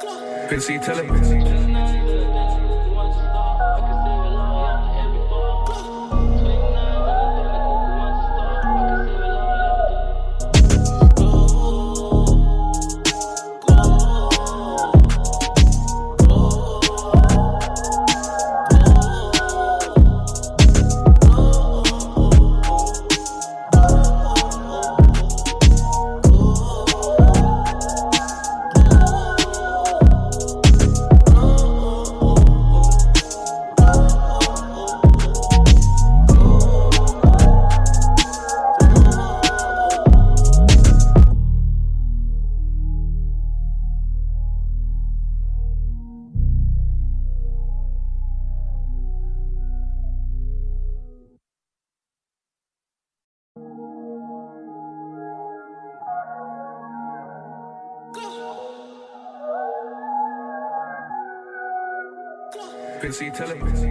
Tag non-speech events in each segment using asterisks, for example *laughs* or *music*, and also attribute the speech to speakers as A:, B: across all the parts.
A: Frequency telepathy. Frequency telepathy.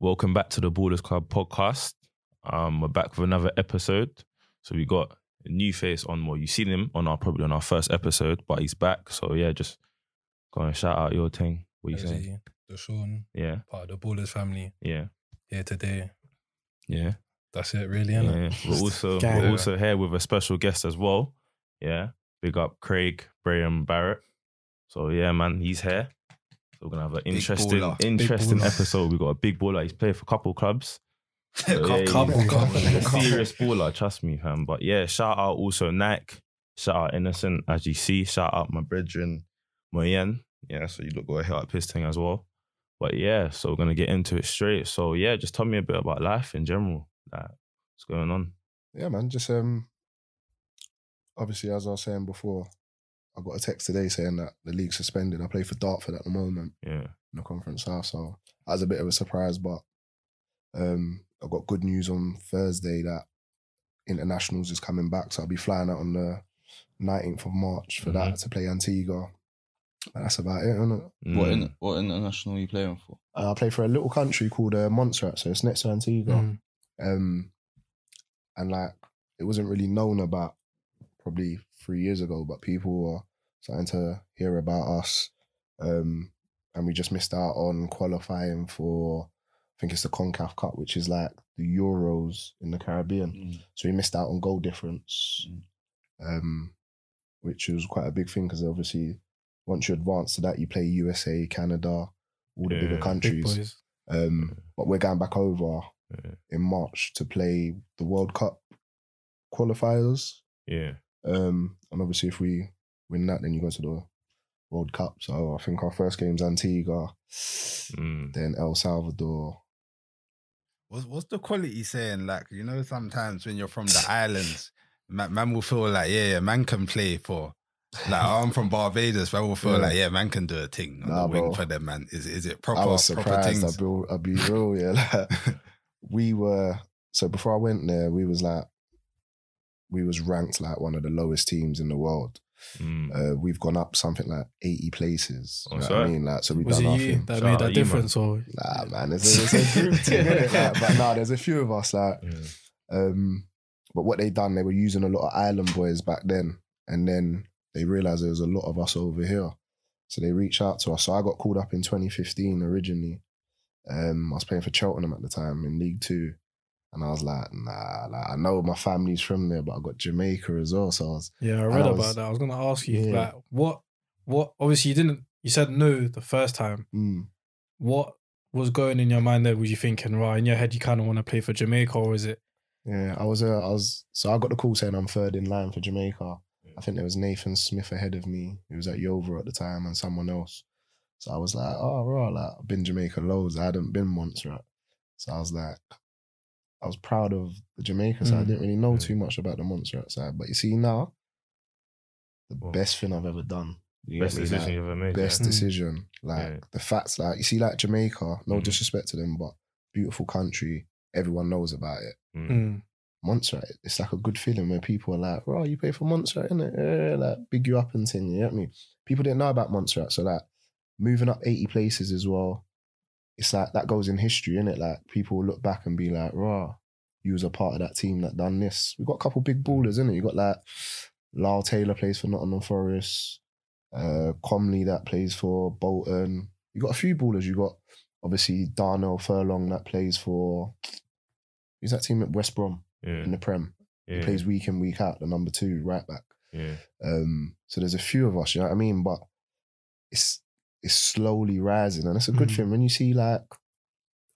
B: Welcome back to the Borders Club podcast. Um, we're back with another episode. So we got a new face on more. You've seen him on our probably on our first episode, but he's back. So yeah, just go and shout out your thing. What you saying?
C: Obviously, Deshaun,
B: Yeah,
C: part of the Ballers family
B: yeah,
C: here today.
B: yeah.
C: That's it, really,
B: yeah.
C: innit?
B: We're also
D: Gang.
B: we're also here with a special guest as well. Yeah. Big up Craig, Graham Barrett. So yeah, man, he's here. So we're gonna have an
E: Big
B: interesting,
E: baller.
B: interesting
C: baller.
B: episode. We got a big baller. He's played for a couple clubs.
F: *laughs*
E: Couple,
B: he's-
C: couple, couple,
B: he's a
C: couple.
B: serious baller, trust me, fam. But yeah, shout out also Nike, shout out Innocent as you see, shout out my brethren Moyen. Yeah, so you look go hit up his thing as well. But yeah, so we're gonna get into it straight. So yeah, just tell me a bit about life in general. Like what's going on?
D: yeah, man. Just um, obviously, as I was saying before, I got a text today saying that the league suspended. I play for Dartford at the moment
B: Yeah,
D: in the Conference South, so that was a bit of a surprise. But um, I got good news on Thursday that internationals is coming back, so I'll be flying out on the 19th of March for that to play Antigua. And that's about it, isn't it?
E: What,
B: Mm.
E: in, what international are you playing for?
D: Uh, I play for a little country called uh, Montserrat, so it's next to Antigua.
C: Mm.
D: um, and like it wasn't really known about probably three years ago, but people were starting to hear about us, um, and we just missed out on qualifying for I think it's the Concaf Cup, which is like the Euros in the Caribbean.
B: Mm.
D: So we missed out on goal difference,
E: Mm.
D: um, which was quite a big thing because obviously once you advance to that, you play USA, Canada, all the
B: Yeah,
D: bigger
B: big
C: Big
D: countries.
C: boys.
D: Um, but we're going back over
B: Yeah.
D: in March to play the World Cup qualifiers.
B: yeah,
D: Um, and obviously, if we win that, then you go to the World Cup. So I think our first game's Antigua,
B: mm.
D: then El Salvador.
G: What's, what's the quality saying? Like, you know, sometimes when you're from the islands, man, man will feel like, yeah, yeah, man can play for. Like, oh, I'm from
D: *laughs*
G: Barbados, man will feel
D: Yeah.
G: like, yeah, man can do a thing on
D: Nah,
G: the wing
D: bro.
G: for them, man. Is is it proper?
D: I was
G: proper
D: surprised.
G: things?
D: I'll be, I'll be real. Yeah, like, we were. So before I went there, we was like, we was ranked like one of the lowest teams in the world.
B: Mm.
D: Uh, we've gone up something like eighty places.
B: Oh,
D: you know
B: so-
D: what I mean, like, so we've
C: Was
D: done
C: it
D: our
C: you
D: thing.
C: that
B: Shout
C: made
B: out
C: that
B: you,
C: difference, or
D: Nah, man, it's, it's a group team, innit? Like, but nah, there's a few of us. Like,
B: Yeah.
D: um, but what they done, they were using a lot of island boys back then, and then they realized there was a lot of us over here, so they reached out to us. So I got called up in 2015 originally. Um, I was playing for Cheltenham at the time in League Two, and I was like, nah, like I know my family's from there, but I got Jamaica as well, so I was
C: yeah, I
D: And
C: read
D: I
C: about
D: was-
C: that. I was gonna ask you,
D: Yeah.
C: like, what, what? Obviously, you didn't. You said no the first time.
D: mm,
C: What was going in your mind there? Was you thinking, right, in your head, you kind of want to play for Jamaica, or is it
D: Yeah, I was. Uh, I was. So I got the call saying I'm third in line for Jamaica. I think there was Nathan Smith ahead of me. He was at Yeovil at the time, and someone else. So I was like, oh, right, like I've been Jamaica loads. I hadn't been once, right? So I was like, I was proud of the Jamaica side. I
C: Mm.
D: didn't really know
B: Yeah.
D: too much about the Montserrat side, but you see now, the
B: What?
D: best thing I've ever done. You
B: Best
D: get me?
B: decision
D: Like,
B: you've ever made.
D: best
C: Mm.
D: decision. Like
B: Yeah.
D: the facts, like you see, like Jamaica. No
B: Mhm.
D: disrespect to them, but beautiful country. Everyone knows about it.
B: Yeah. Mm.
C: Mm.
D: Montserrat, it's like a good feeling when people are like, "Bro, you pay for Montserrat, innit? Yeah, like big you up and thing." You get me? People didn't know about Montserrat, so like moving up eighty places as well. It's like that goes in history, innit? Like people will look back and be like, "Raw, you was a part of that team that done this." We got a couple big ballers, innit? You got like Lyle Taylor plays for Nottingham Forest, uh, Comley that plays for Bolton. You got a few ballers. You got obviously Darnell Furlong that plays for. Who's that team at West Brom?
B: Yeah.
D: in the Prem.
B: Yeah.
D: He plays week in, week out, the number two right back.
B: Yeah.
D: Um, so there's a few of us, you know what I mean? But it's it's slowly rising, and that's a
B: Mm.
D: good
C: Mhm.
D: thing. When you see like,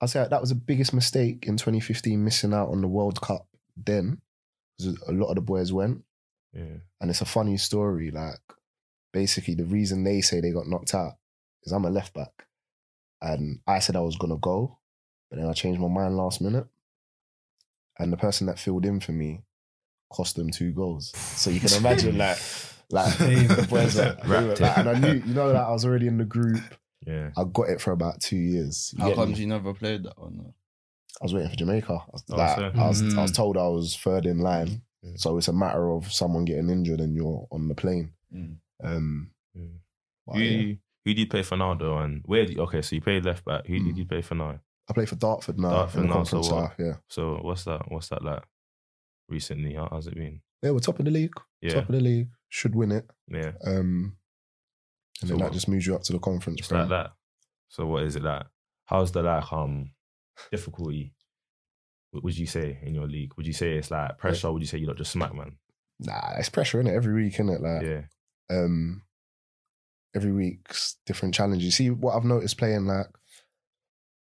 D: I'd say that was the biggest mistake in 2015, missing out on the World Cup then, 'cause a lot of the boys went,
B: Yeah.
D: and it's a funny story. Like, basically, the reason they say they got knocked out is I'm a left back, and I said I was gonna go, but then I changed my mind last minute, and the person that filled in for me cost them two goals. So you can imagine like. Like, *laughs*
C: Damn.
D: the boys like, they were
B: Wrapped
D: like-
B: it.
D: and I knew, you know, like I was already in the group.
B: Yeah.
D: I got it for about two years. You
E: How
D: get
E: come
D: me?
E: you never played that one?
D: I was waiting for Jamaica. I was,
B: Oh,
D: like,
B: so- Hmm.
D: I, was, I was
G: Mm.
D: told I was third in line.
B: Yeah.
D: So it's a matter of someone getting injured and you're on the plane.
E: Mm.
D: Um,
B: yeah.
D: but
B: Who,
D: yeah.
B: who did you play for now though? And where? Do you, okay, so you played left back. Who
D: Mm.
B: did you play for now?
D: I play for Dartford now.
B: Dartford
D: in the
B: now, so
D: Conference
B: what?
D: South, yeah.
B: So what's that? What's that like? Recently, how, how's it been?
D: Yeah, we're top of the league.
B: Yeah.
D: Top of the league. Should win it.
B: Yeah.
D: Um,
B: So
D: and then that
B: what?
D: just moves you up to the conference.
B: It's
D: bro.
B: like that. So what is it like? How's the like um difficulty? w- Would you say in your league? Would you say it's like pressure? Or would you say you lot just smack man?
D: Nah, it's pressure in it every week, innit? Like,
B: Yeah,
D: um every week's different challenges. See what I've noticed playing like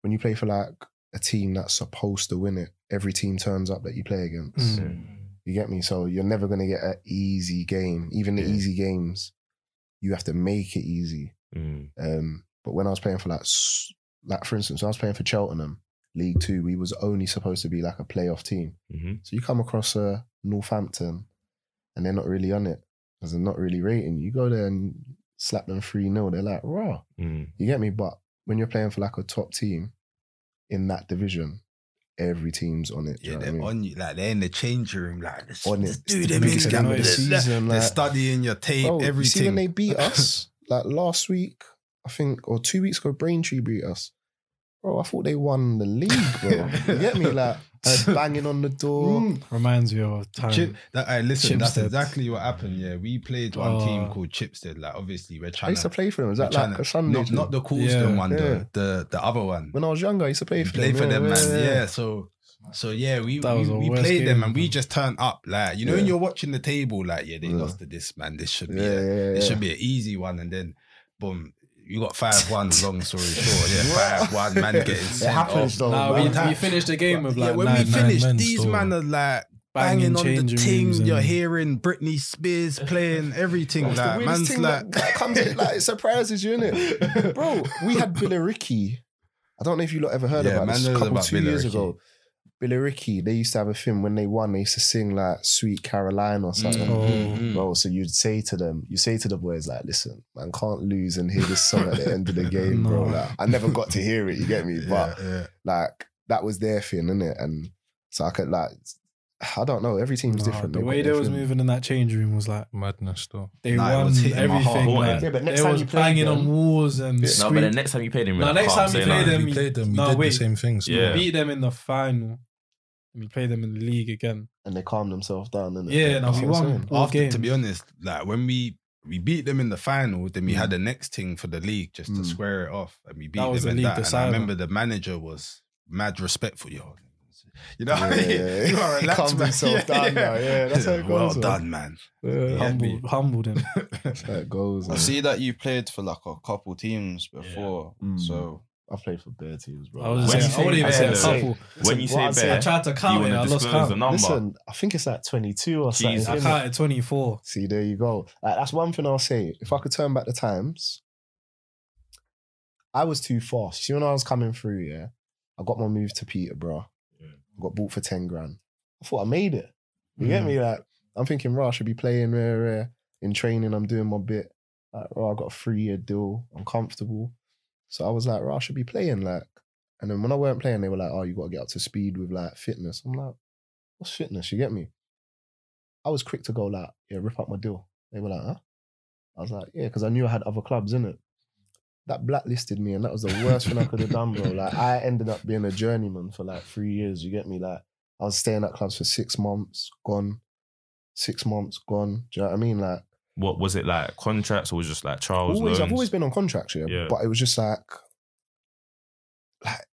D: when you play for like a team that's supposed to win it, every team turns up that you play against.
C: Mm.
D: You get me? So you're never gonna get an easy game. Even the
B: Yeah.
D: easy games, you have to make it easy.
B: mm.
D: Um, but when I was playing for like s- like for instance, I was playing for Cheltenham League Two. We was only supposed to be like a playoff team.
B: hmm
D: So you come across uh, Northampton and they're not really on it because they're not really rating. You go there and slap them 3 0. They're like, raw.
B: Mm.
D: You get me? But when you're playing for like a top team in that division, every team's on it. do
G: Yeah,
D: you know
G: they're
D: what I mean?
G: on you. Like they're in the changing room. Like let's,
D: On
G: let's
D: it.
G: do
D: It's the
G: them in
D: biggest
C: game of
G: Gambia.
C: the
G: They're-
D: season,
G: They're
D: like-
G: studying your tape,
D: Bro, you see when
G: everything.
D: they
G: *laughs*
D: beat us, like last week, I think, or two weeks ago, Braintree beat us. Bro, I thought they won the league, bro. you get
G: *laughs*
D: me? Like, uh, banging on the door.
G: Mm.
C: Reminds me of a time.
G: Chip, that, aye, listen, that's
C: Chipstead.
G: exactly what happened. Yeah, we played one team
C: Oh.
G: called Chipstead. Like, obviously, we're
D: I
G: trying
D: used to
G: to,
D: play for them. Is
G: we're
D: that
G: trying
D: like
G: to-
D: a Sunday?
G: not,
D: team?
G: not the Coolston
C: Yeah.
G: one,
D: Yeah.
G: the, the the other one.
D: when I was younger, I used to play
G: We
D: for
G: played
D: them.
G: for
D: yeah,
G: them, man.
D: yeah,
G: Yeah.
D: yeah.
G: so so yeah, we
C: That
G: we,
C: was the
G: we
C: worst
G: played them
C: game,
G: and we
C: man.
G: just turned up. Like, you know,
D: Yeah.
G: when you're watching the table, like, yeah, they
D: Yeah.
G: lost to this man. This should be
D: Yeah,
G: a-
D: yeah,
G: It
D: yeah.
G: should be an easy one, and then boom, you got five one.
D: *laughs*
G: Long story short, yeah, five one. Man getting
D: It
G: sent
D: happens though.
G: off.
C: Nah,
D: oh, man.
C: we,
G: man.
C: we finished the game with like
G: yeah, when
C: nine,
G: we finished,
C: nine men
G: these
C: still
G: man are like
C: banging
G: banging on the
C: changing
G: ting.
C: rooms
G: You're
C: and-
G: hearing Britney Spears playing everything.
D: That's the
G: like,
D: weirdest
G: man's
D: thing
G: like,
D: that, that *laughs* comes in, like it surprises you, innit? *laughs* Bro, we had Billericay. I don't know if you lot ever heard
G: Yeah,
D: about
G: man
D: this. A
G: knows
D: couple
G: about
D: two years
G: Billericay.
D: ago, Billericay. They used to have a thing when they won. They used to sing like "Sweet Caroline" or something.
C: Mm.
D: Bro, so you'd say to them, you say to the boys like, "Listen, man, can't lose and hear this song at the end of the game, bro."
C: No.
D: Like, I never got to hear it. You get me? But
G: *laughs* Yeah, yeah.
D: like that was their thing, innit? And so I could like, I don't know. Every team's
C: Nah,
D: different.
C: The
D: They've
C: way
D: got
C: they
D: their
C: was
D: thing.
C: moving in that change room was like
F: Madness though.
C: they
G: Nah, it
C: won
G: was hitting my heart.
C: everything. Like,
B: Yeah,
D: but next
C: they
D: time
C: was
D: you play
C: banging
D: them-
C: on walls
B: No,
D: Yeah.
C: and
B: but the
C: scream-
B: next time you played him,
C: No,
B: like,
C: next
B: can't
C: time you
B: say
C: play
B: nothing.
C: them,
F: we
C: you-
F: played them. We
C: no,
F: did
C: wait.
F: the same things.
C: we
B: Yeah.
C: beat them in the final. And we played them in the league again.
D: and they calm themselves down, innit?
C: Yeah, no,
D: That's
C: we
D: what I'm
C: won
D: saying.
C: all
G: After,
C: games.
G: to be honest, like when we we beat them in the final, then we had the next thing for the league just to
D: Mm.
G: square it off, and we beat
C: Mm. That was
G: them
C: the
G: in
C: league
G: that. And I
C: decider.
G: remember the manager was mad respectful, yo. You know, what I
D: Yeah,
G: mean?
D: yeah, yeah.
G: *laughs* you are
D: He *laughs*
G: relaxed,
D: calmed
G: man. *laughs*
D: himself down now. Yeah, that's how it
G: Well
D: goes, man.
G: done, man.
D: Yeah,
G: Yeah.
C: humbled,
G: me.
C: humbled him.
D: That goes.
E: I
D: man.
E: see that you played for like a couple teams before.
D: Mm.
E: So
D: I've played for bare teams, bro.
C: I was
B: When
C: just
B: you
C: saying, I wouldn't even say
B: say
C: a
B: that-
C: couple.
B: When you
D: what
B: say
D: I'd say-
C: I
B: bare,
C: tried to
B: you
C: count it.
B: want
C: I
B: to
C: lost
B: disclose the
C: count.
B: number?
D: Listen, I think it's like 22 or something.
B: Jesus.
C: I
D: innit?
C: counted 24.
D: See, there you go. Like, that's one thing I'll say. If I could turn back the times, I was too fast. See, when I was coming through, yeah, I got my move to Peterborough. I got bought for 10 grand. I thought I made it. You get me? Like, I'm thinking, rah, I should be playing rare, rare. In training, I'm doing my bit. Like, rah, I got a three year deal. I'm comfortable. So I was like, rah, I should be playing. Like, and then when I weren't playing, they were like, oh, you got to get up to speed with like fitness. I'm like, what's fitness? You get me? I was quick to go like, yeah, rip up my deal. They were like, huh? I was like, yeah, because I knew I had other clubs in it. That blacklisted me, and that was the worst thing I could have done, bro. Like, I ended up being a journeyman for like three years. You get me? Like, I was staying at clubs for six months, gone. Six months, gone. Do you know what I mean? Like,
B: what was it like? Contracts or was it just like Charles?
D: always, I've
B: loans?
D: always been on contracts, yeah,
B: Yeah.
D: But it was just like, like,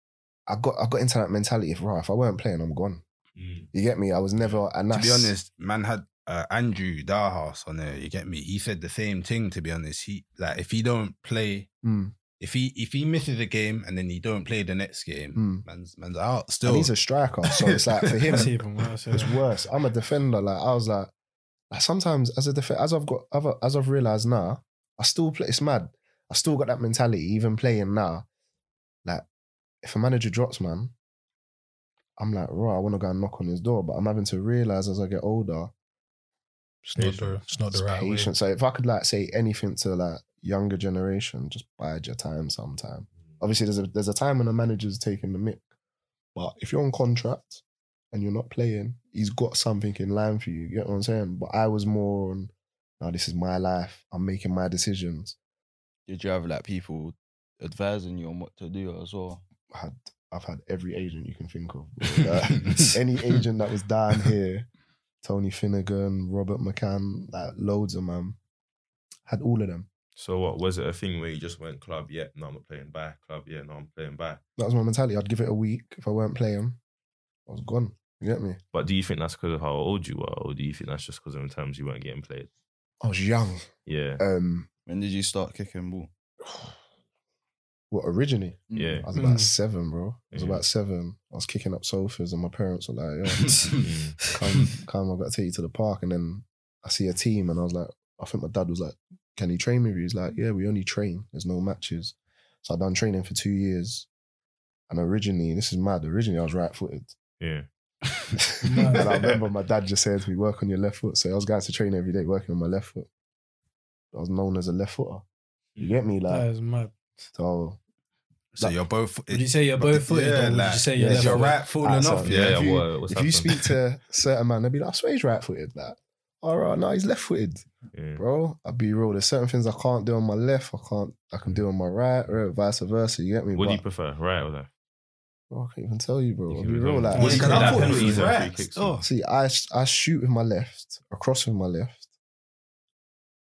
D: I got, I got into that mentality. If right, if I weren't playing, I'm gone.
B: Mm.
D: You get me? I was never, and
G: To
D: that's
G: be honest, man had uh, Andrew Darhas on there. You get me? He said the same thing. To be honest, he like if he don't play,
D: Mm.
G: if he if he misses a game and then he don't play the next game,
D: Mm.
G: man's man's out. Still,
D: and he's a striker, so it's like
G: *laughs*
D: for him,
C: That's even worse.
D: It's
C: Yeah.
D: worse. I'm a defender. Like I was like, like sometimes as a def- as I've got other as I've realized now, I still play. It's mad. I still got that mentality even playing now. Like if a manager drops, man, I'm like, right, I want to go and knock on his door, but I'm having to realize as I get older,
F: It's not the, it's not the
D: it's
F: right way.
D: patience. So if I could like say anything to like younger generation, just bide your time sometime.
F: Mm.
D: Obviously, there's a there's a time when a manager's taking the mick, but if you're on contract and you're not playing, he's got something in line for you. You get what I'm saying? But I was more on, now this is my life. I'm making my decisions.
E: Did you have like people advising you on what to do as well?
D: I had I've had every agent you can think of. bro. Like, Uh, *laughs*
B: *laughs*
D: any agent that was down here, Tony Finnegan, Robert McCann, like loads of them, had all of them.
B: So what was it a thing where you just went club? Yeah, no, I'm not playing back. Club, yeah, no, I'm playing back.
D: That was my mentality. I'd give it a week. If I weren't playing, I was gone. You get me?
B: But do you think that's because of how old you were, or do you think that's just because of the times you weren't getting played?
D: I was young.
B: Yeah,
D: Um,
E: When did you start
D: *sighs*
E: kicking ball?
D: what originally?
B: yeah. Hmm.
D: I was about
C: Mm.
D: seven, bro. I was
B: Yeah.
D: about seven. I was kicking up sofas, and my parents were like, "Yo,
E: *laughs*
D: come,
B: *laughs*
E: Mm.
D: come, I've got to take you to the park." And then I see a team, and I was like, I think my dad was like, "Can he train me?" He's like, "Yeah, we only train. There's no matches." So I done training for two years, and originally, this is mad. Originally, I was right footed.
B: Yeah.
D: and I remember my dad just saying to me, work on your left foot. So I was going to train every day, working on my left foot. I was known as a left footer. You get me?
C: That
D: Like,
C: is mad.
D: so
G: *laughs* so
D: that-
G: you're both.
C: Would you say you're both footed
G: yeah,
C: or would
G: like,
C: you say
D: yeah,
C: you're
G: is
C: left
D: you're
G: your
C: footed?
G: right falling
D: Ah,
G: off?
D: so-
G: Yeah,
B: Yeah,
D: if you-
B: what- what's
D: if you
B: happened?
D: speak to certain man, they'll be like, I swear he's right footed. Like, all right, no, he's left footed,
B: *laughs* Yeah.
D: bro. I'll be real. There's certain things I can't do on my left. I can't, I can do on my right, or vice versa. You get me?
B: What do you
D: But,
B: prefer, right or left?
D: bro, I can't even tell you, bro.
B: You
D: I'll
B: can
D: be
B: even
D: real.
B: tell
D: Like,
B: me. Well, you
D: see,
B: can
D: I-
B: have thought it was easy,
G: right.
B: free kicks.
G: Oh.
D: see, I, I shoot with my left, across with my left.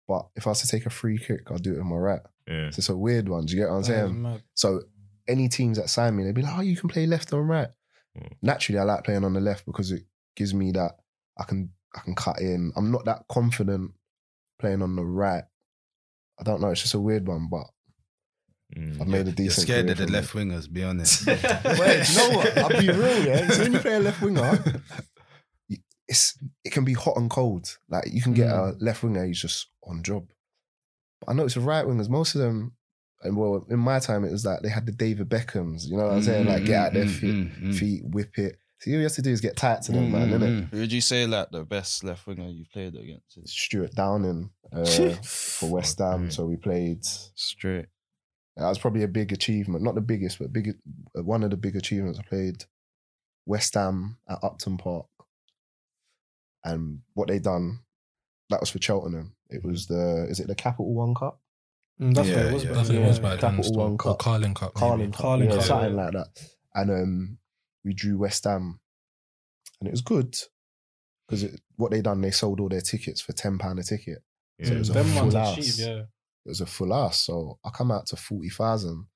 D: But if I was to take a free kick, I'll do it with my right.
B: Yeah.
D: So it's a weird one. Do you get what I'm
C: That is
D: saying?
C: mad.
D: So any teams that sign me, they'd be like, "Oh, you can play left and right."
G: Hmm.
B: Mm.
D: Naturally, I like playing on the left because it gives me that I can I can cut in. I'm not that confident playing on the right. I don't know. It's just a weird one, but I've
B: Mm.
D: made a
G: You're
D: decent.
G: scared
D: career
G: of the
D: from
G: left
D: it.
G: wingers. Be
D: *laughs*
G: honest.
D: Wait, you know what? I'll be real. Yeah, so when you play a left
G: *laughs*
D: winger, you- it's it can be hot and cold. Like you can get a left winger, he's just on job. But I noticed with right wingers, most of them. And well, in my time, it was like they had the David Beckhams, you know what I'm
G: Hmm,
D: saying? Like, get out their feet,
G: Mm,
D: feet, whip it. So all you have to do is get tight to
G: Hmm,
D: them, man, innit?
G: mm,
E: Who would you say like the best left winger you've played against? Is
D: Stuart Downing uh, for West Ham. So we played.
E: straight.
D: That was probably a big achievement. Not the biggest, but big, uh, one of the big achievements. I played West Ham at Upton Park. And what they done, that was for Cheltenham. It was the, is it the Capital One Cup?
C: Mm, That's what
G: Yeah,
C: it was.
G: yeah.
C: back
F: That's what
C: then,
F: it was
C: yeah.
F: back
D: Capital
F: then. still.
D: One
F: Or
D: Cup.
F: Carling Cup. maybe.
D: Carling Cup,
C: Carling
D: yeah,
C: Cup.
D: something like that. And um, we drew West Ham, and it was good because what they done, they sold all their tickets for ten pound a ticket.
B: Yeah.
D: So it was a
C: Them ones
D: full
C: are
D: house.
C: cheap, yeah.
D: It was a full house, so I come out to forty thousand.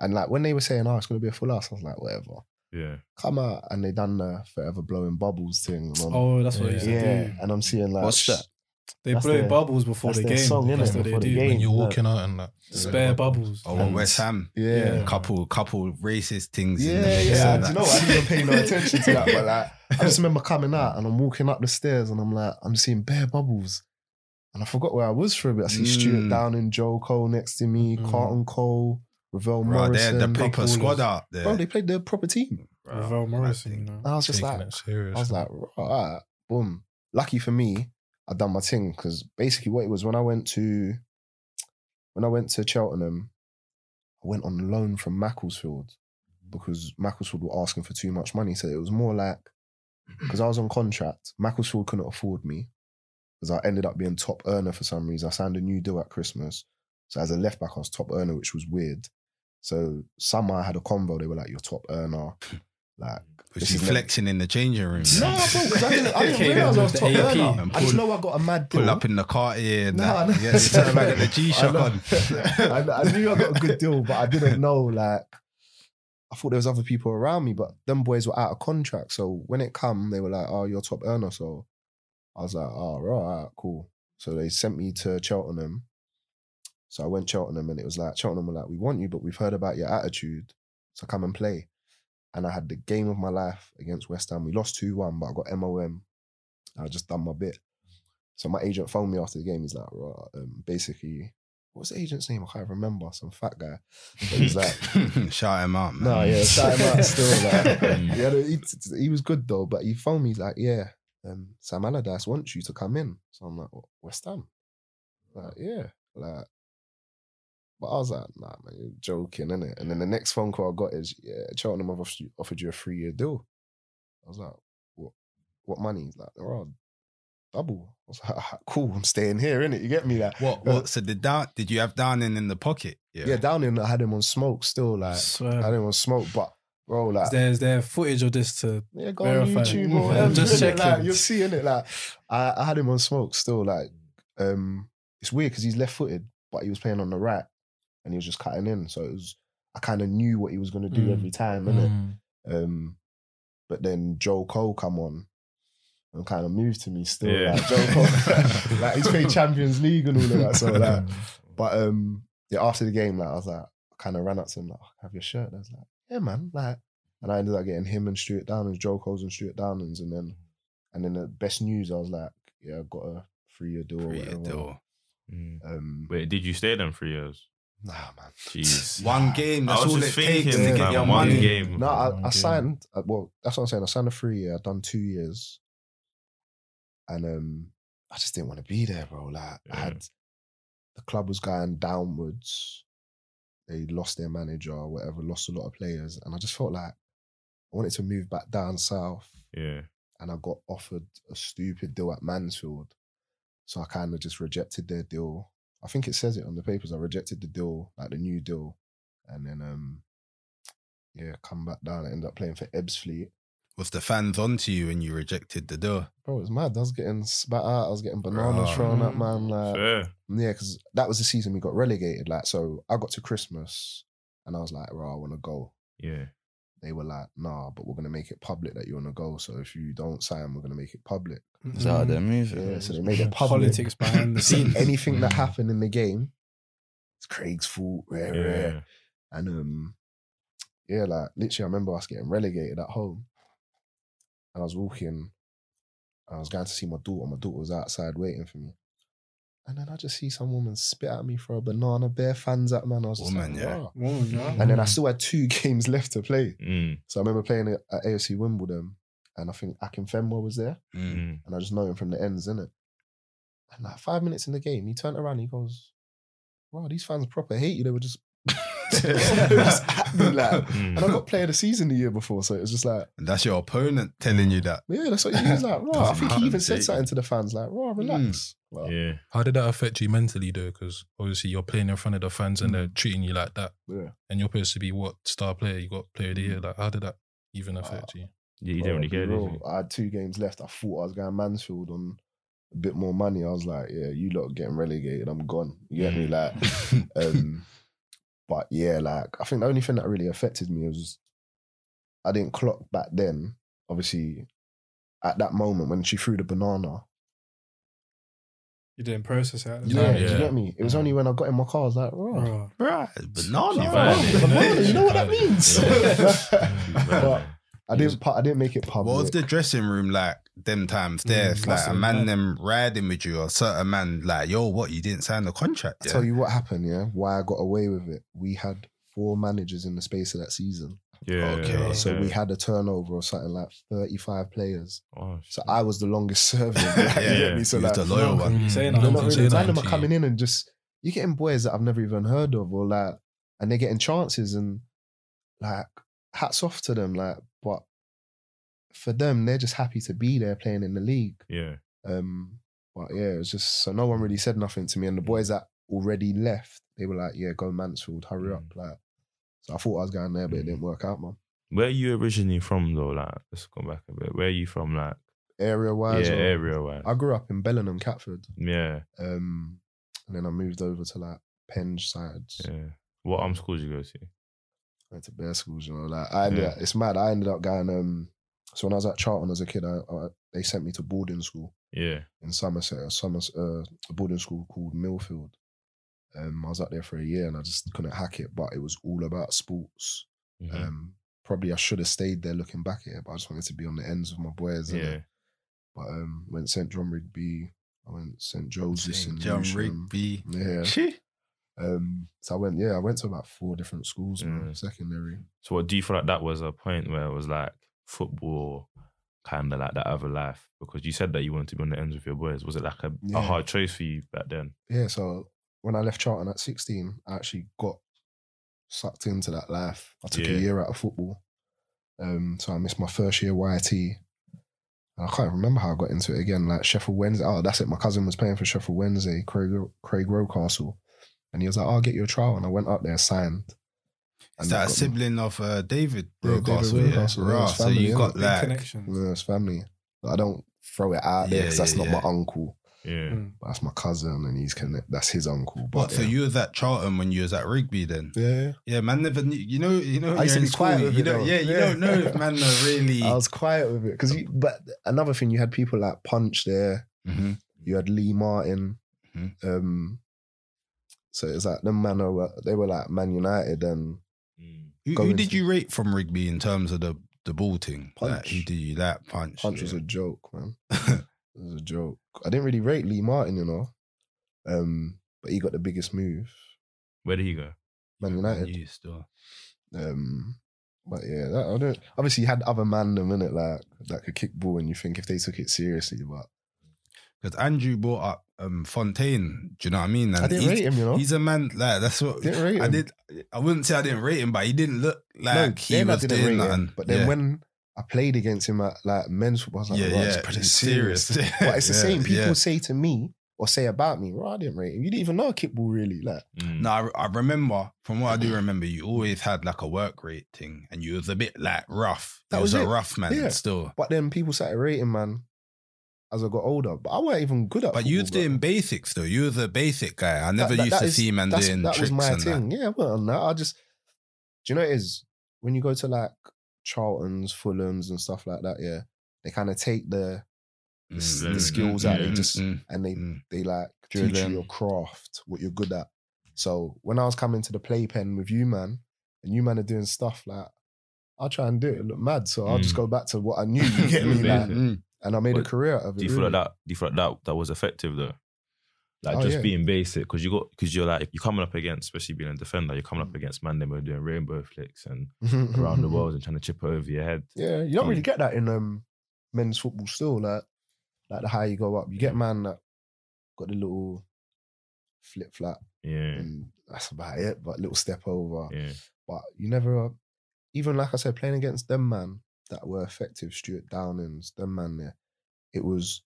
D: And like when they were saying, "Oh, it's gonna be a full house," I was like, "Whatever."
B: Yeah.
D: Come out, and they done the forever blowing bubbles thing. And I'm,
C: Oh, that's what
F: Yeah.
C: it is.
D: yeah, and I'm seeing like
E: What's that?
C: They
H: That's
C: blow
H: their-
C: bubbles before
H: that's
C: the
H: their
C: game.
H: song, innit,
C: that's what they
H: before the
C: do.
H: game.
F: When you're
H: Yeah.
F: walking out and that.
C: Spare bubbles.
G: Oh, well, West Ham.
D: Yeah.
C: Yeah.
G: Couple, couple racist things. in
D: Yeah,
G: there,
D: yeah.
G: so
D: Do
G: that-
D: you know what? I didn't even pay no
G: *laughs*
D: attention to that, but like, I just remember coming out and I'm walking up the stairs and I'm like, I'm seeing bare bubbles. And I forgot where I was for a bit. I see Stuart
G: Mm.
D: Downing, Joe Cole next to me,
C: Mm.
D: Carlton Cole, Ravel
G: Bro, they're
D: Morrison.
G: the
D: Big
G: proper
D: ballers.
G: squad out there.
D: Bro, they played the proper team.
G: Bro,
C: Ravel Morrison, you know.
D: And I was just
F: Taking
D: like,
F: it serious.
D: I was like, "Right, all right, boom. Lucky for me, I done my thing because basically what it was when I went to when I went to Cheltenham, I went on loan from Macclesfield because Macclesfield were asking for too much money. So it was more like because I was on contract, Macclesfield couldn't afford me because I ended up being top earner for some reason. I signed a new deal at Christmas, so as a left back, I was top earner, which was weird. So somehow I had a convo. They were like, "You're top earner." Like
G: Which
D: this
G: is
D: is never-
G: flexing in the changing room.
D: no, bro, 'cause I didn't,
B: *laughs*
G: *laughs*
D: I didn't
C: Okay,
D: realize
C: then,
D: I was
C: with
D: top
C: the AP.
D: earner. I just
G: Pull-
D: know I got a mad deal.
G: Pull up in the Cartier and
D: Nah,
G: that.
D: nah.
G: Yeah, you turn back at the
D: *laughs*
G: G
D: I
G: Shock
D: know.
G: on.
D: *laughs* I, kn- I knew I got a good deal, but I didn't know like. I thought there was other people around me, but them boys were out of contract. So when it come, they were like, "Oh, you're top earner." So I was like, "Oh, right, all right, cool." So they sent me to Cheltenham. So I went Cheltenham, and it was like Cheltenham were like, "We want you, but we've heard about your attitude, so come and play." And I had the game of my life against West Ham. We lost two one, but I got MOM. I just done my bit. So my agent phoned me after the game. He's like, right, um, basically, what's the agent's name? I can't remember. Some fat guy. But he's
G: *laughs*
D: like,
G: Shout him out, man.
D: no, yeah, shout him out still. Like,
G: *laughs*
D: um,
E: Mm.
D: yeah, he, he was good though, but he phoned me. He's like, yeah, um, Sam Allardyce wants you to come in. So I'm like, "What, West Ham? Like, yeah, like. But I was like, nah, man, you're joking, innit? And then the next phone call I got is, yeah, Cheltenham have offered you- offered you a three year deal. I was like, what? What money? He's like, oh, double. I was like, *laughs* "Ah, cool, I'm staying here, innit? You get me? Like,
G: What? What? So did down? Did you have Downing in the pocket?
D: yeah, down in, I had him on smoke still, like, I
C: Swear.
D: had him on smoke, but bro, like,
C: There's there footage of this to
D: Yeah, go on
C: Verify.
D: YouTube
C: Mhm.
D: or whatever.
C: Just
D: innit? Like,
C: checking.
D: you're seeing it. Like I, I had him on smoke still. Like um, it's weird because he's left footed, but he was playing on the right, and he was just cutting in. So it was I kind of knew what he was gonna do
C: Mm.
D: every time, innit? Um, but then Joe Cole come on. And kind of moved to me still,
B: Yeah.
D: like Joe Cole, *laughs* like he's
C: *laughs*
D: played Champions League and all of that. So like, but um, yeah, after the game, like I was like, I kind of ran up to him like, "Oh, "Have your shirt?" And I was like, "Yeah, man." Like, and I ended up getting him and Stuart Downings, Joe Coles and Stuart Downings, and then, and then the best news, I was like, "Yeah, I got a three-year deal or
G: Three-year
D: whatever."
G: deal.
B: Mm.
D: Um,
B: Wait, did you stay them three years?
D: nah, man.
B: Jeez.
G: One game. That's
B: I was
G: all it
B: just thinking,
G: takes to get
B: man,
G: your
B: one
G: money.
B: game.
D: No,
F: One
D: I, I
F: game.
D: signed. uh, Well, that's what I'm saying. I signed a three-year. I'd done two years, and um, I just didn't want to be there, bro. Like, I
B: Yeah.
D: had the club was going downwards. They lost their manager, or whatever. Lost a lot of players, and I just felt like I wanted to move back down south.
B: Yeah.
D: And I got offered a stupid deal at Mansfield, so I kind of just rejected their deal. I think it says it on the papers. I rejected the deal, like the new deal, and then um, yeah, come back down. I ended up playing for Ebbsfleet.
G: Was the fans onto you and you rejected the deal?
D: Bro, it was mad. I was getting spat out. I was getting bananas
G: Bruh.
D: thrown at man. Like, mm,
B: Fair.
D: yeah, because that was the season we got relegated. Like, so I got to Christmas, and I was like, "Bro, I want to go."
B: Yeah.
D: They were like, "Nah, but we're gonna make it public that you want to go. So if you don't sign, we're gonna make it public."
E: Is that how they move? it?
D: Yeah, so they made it
C: *laughs*
D: public.
C: politics behind the
D: So
C: *laughs* scenes.
D: anything that
F: Mm.
D: happened in the game, it's Craig's fault. Rare, rare.
B: Yeah.
D: And um, yeah, like literally, I remember us getting relegated at home, and I was walking. I was going to see my daughter. My daughter was outside waiting for me, and then I just see some woman spit at me for a banana. Bare fans at man. I was just
G: Woman,
D: like,
G: yeah.
D: "Wow."
C: Woman, yeah.
D: And then I still had two *laughs* games left to play.
B: Mm.
D: So I remember playing at at AFC Wimbledon, and I think Akinfenwa was there *laughs*
G: Mm.
B: Mm.
D: and I just know him from the ends, innit? And like five minutes in the game, he turned around, he goes, Wow, these fans proper hate you. They were just, they were just at me,
G: *laughs*
D: like. And I got player of the season the year before, so it was just like,
G: And that's your opponent telling you that.
D: yeah, that's what he was like, raw. I
G: Doesn't
D: think he even
G: happen,
D: said
G: see.
D: something to the fans, like, raw, relax. Like,
B: Yeah.
F: How did that affect you mentally, though? Because obviously you're playing in front of the fans and they're treating you like that.
D: Yeah.
F: And you're supposed to be what star player? You got player of the year. Like, how did that even affect you?
B: Yeah, you
D: Oh, bro,
B: don't really
D: be
B: care, did
D: real. *laughs*
B: you?
D: I had two games left. I thought I was going Mansfield on a bit more money. I was like, yeah, you lot getting relegated. I'm gone. You get
B: Mm.
D: me? Like,
B: *laughs*
D: Um, but yeah, like I think the only thing that really affected me was I didn't clock back then. Obviously, at that moment when she threw the banana,
C: You didn't process it. at the
D: Yeah,
C: time.
D: do you
F: Yeah.
D: get me? It
B: Mm.
D: was only when I got in my car, I was like, raw.
C: Bro.
G: Bruh,
D: Nah,
G: banana.
B: violated
D: raw, banana,
F: it.
D: you know what
B: *laughs*
D: that
F: Yeah.
D: means. *laughs*
B: Mm. But-
D: but I didn't. pu- I didn't make it public.
G: What was the dressing room like them times
D: Mm,
G: there? It's like
C: must
G: a
C: have
G: man
C: been
G: them riding with you or certain man like, yo, what, you didn't sign the contract?
D: I
G: Yeah?
D: tell you *laughs* what happened. Yeah, why I got away with it. We had four managers in the space of that season,
B: Yeah.
G: Okay.
D: so
B: yeah.
D: we had a turnover of something like thirty-five players.
B: Oh,
D: So
B: shit.
D: I was the longest serving. like, you
G: Mm. *laughs* Yeah,
D: get me? So
G: you was
D: like,
G: the loyal one.
F: Mm,
C: Saying
F: no
C: that.
F: one
D: they're not
F: can
D: really
F: say that
D: random
F: to
D: are
F: you.
D: coming in and just you're getting boys that I've never even heard of or like and they're getting chances and like hats off to them like but for them they're just happy to be there playing in the league
B: yeah.
D: um but yeah it was just so no one really said nothing to me
B: Mm.
D: and the boys that already left they were like yeah go Mansfield hurry up
B: Mm.
D: like so I thought I was going there but it didn't work out man
B: Where you originally from though? Like, let's go back a bit. Where you from? Like,
D: area wise
B: yeah, area wise.
D: I grew up in Bellingham Catford
B: Yeah,
D: um and then I moved over to like Penge sides
B: yeah. What arm school did you go to?
D: went to bear schools, you know. Like I ended
B: Yeah.
D: up, it's mad. I ended up going um so when I was at Charlton as a kid, I, I they sent me to boarding school
B: Yeah,
D: in Somerset, a Somers uh, a boarding school called Millfield. Um I was out there for a year and I just couldn't hack it, but it was all about sports.
G: Mm-hmm.
B: Mhm.
D: Um probably I should have stayed there looking back at it, but I just wanted to be on the ends with my boys. innit?
B: yeah.
D: But um went St John Rigby, I went St Joseph's
G: St.
D: in
G: John
D: Lewisham.
G: Rigby.
D: Yeah.
G: She-
D: Um so I went yeah, I went to about four different schools, man,
B: Mm.
D: secondary.
B: So, what do you feel like that was a point where it was like football, kind of like that other life? Because you said that you wanted to be on the ends with your boys. Was it like a,
D: Yeah.
B: a hard choice for you back then?
D: yeah, so when I left Charlton at 16, I actually got sucked into that life. I took
B: Yeah.
D: a year out of football. Um, so I missed my first year YT. And I can't remember how I got into it again. Like Sheffield Wednesday. Oh, that's it. My cousin was playing for Sheffield Wednesday, Craig, Craig Rowcastle. And he was like, "Oh, I'll get you a trial. And I went up there, signed.
G: Is
D: And
G: that a
D: got me-
G: sibling of uh, David
D: Yeah, David
G: Rocastle? Yeah,
D: Rocastle, yeah,
G: Rah,
D: his
G: so
D: family,
G: you
D: innit?
G: got
C: Big
G: like,
C: connections.
D: Yeah, it's family. But I don't throw it out there
G: Yeah,
D: because that's
G: yeah,
D: not my
G: yeah.
D: uncle.
B: Yeah.
C: Mm.
D: But that's my cousin and he's connect- that's his uncle. But
G: what? So
D: yeah.
G: you was at Charlton when you was at Rigby then?
D: Yeah.
G: Yeah, man, never knew. You know, you know,
D: I used
G: you're
D: to
G: in
D: be
G: school.
D: quiet with
G: You
D: it
G: don't,
D: though.
G: yeah, you
D: Yeah.
G: don't know if man
D: *laughs*
G: are really.
D: I was quiet with it because you. But another thing, you had people like Punch there.
G: Mhm.
D: You had Lee Martin.
G: Mhm.
D: Um, so it's like them man were they were like Man United and
B: Mm.
G: Who,
D: Go
G: who
D: into-
G: did you rate from Rigby in terms of the the ball thing? Like,
D: Punch.
G: who did you that punch?
D: Punch was
G: yeah.
D: a joke,
G: *laughs*
D: man. it was a joke. I didn't really rate Lee Martin, you know. Um, but he got the biggest move,
B: Where did he go?
D: Man United.
G: You still.
D: Um, but yeah, that, I don't. Obviously, you had other man them in it like that could kick ball, and you think if they took it seriously, but
G: Because Andrew brought up um, Fontaine. Do you know what I mean? And
D: I didn't
G: he's,
D: rate him, you know.
G: He's a man like that's what
D: didn't rate him.
G: I did. I wouldn't say I didn't rate him, but he didn't look like he
D: then I
G: was
D: didn't
G: doing
D: rate him,
G: nothing.
D: But then
G: yeah.
D: when I played against him at like men's football, I was like,
G: yeah,
D: "Rah,
G: yeah,
D: it's pretty serious.
G: *laughs*
D: But it's the
G: Yeah,
D: same. People
G: yeah.
D: say to me or say about me, well, I didn't rate him. You didn't even know a kickball really. Like,
B: Mm.
G: No, I, I remember from what I
D: Mm-hmm.
G: do remember, you always had like a work rate thing, and you was a bit like rough.
D: That
G: you
D: was
G: was,
D: it.
G: a rough man
D: Yeah.
G: still.
D: but then people started rating man as I got older. But I weren't even good at.
G: But you was
D: football,
G: doing
D: bro.
G: basics though. You was a basic guy. I
D: That-
G: never
D: that-
G: used
D: that
G: to
D: is-
G: see man
D: that's-
G: doing
D: That
G: tricks
D: was my
G: and Mm.
D: thing. Yeah, I weren't on that. I just, do you know what it is? When you go to like Charlton's, Fulham's, and stuff like that, yeah, they kind of take the
G: that.
D: the, s-
B: Mm,
D: the skills
B: mm,
D: out. They
B: mm,
D: just
G: mm,
D: and they
G: mm.
D: they like teach you
E: Drilling.
D: your craft, what you're good at. So when I was coming to the playpen with you, man, and you man are doing stuff like I'll try and do it. It looked mad, so I'll just
B: Mm.
D: go back to what I
B: *laughs*
D: knew. You get me, like,
B: Amazing.
D: and I made a
B: But
D: career out of it.
B: Do you feel like
D: really.
B: that? Do you feel like that that was effective though? Like
D: Oh,
B: just
D: yeah.
B: being basic, because you got because you're like if you're coming up against, especially being a defender, you're coming
D: Mm.
B: up against man. They were doing rainbow flicks
D: *laughs*
B: and around the world and trying to chip it over your head.
D: Yeah, you don't really
B: Mm.
D: get that in um men's football still. Like, like the higher you go up, you get man that got the little flip flap,
B: Yeah,
D: and that's about it. But little step over,
B: yeah,
D: But you never, even like I said, playing against them man that were effective, Stuart Downings, them man there, it was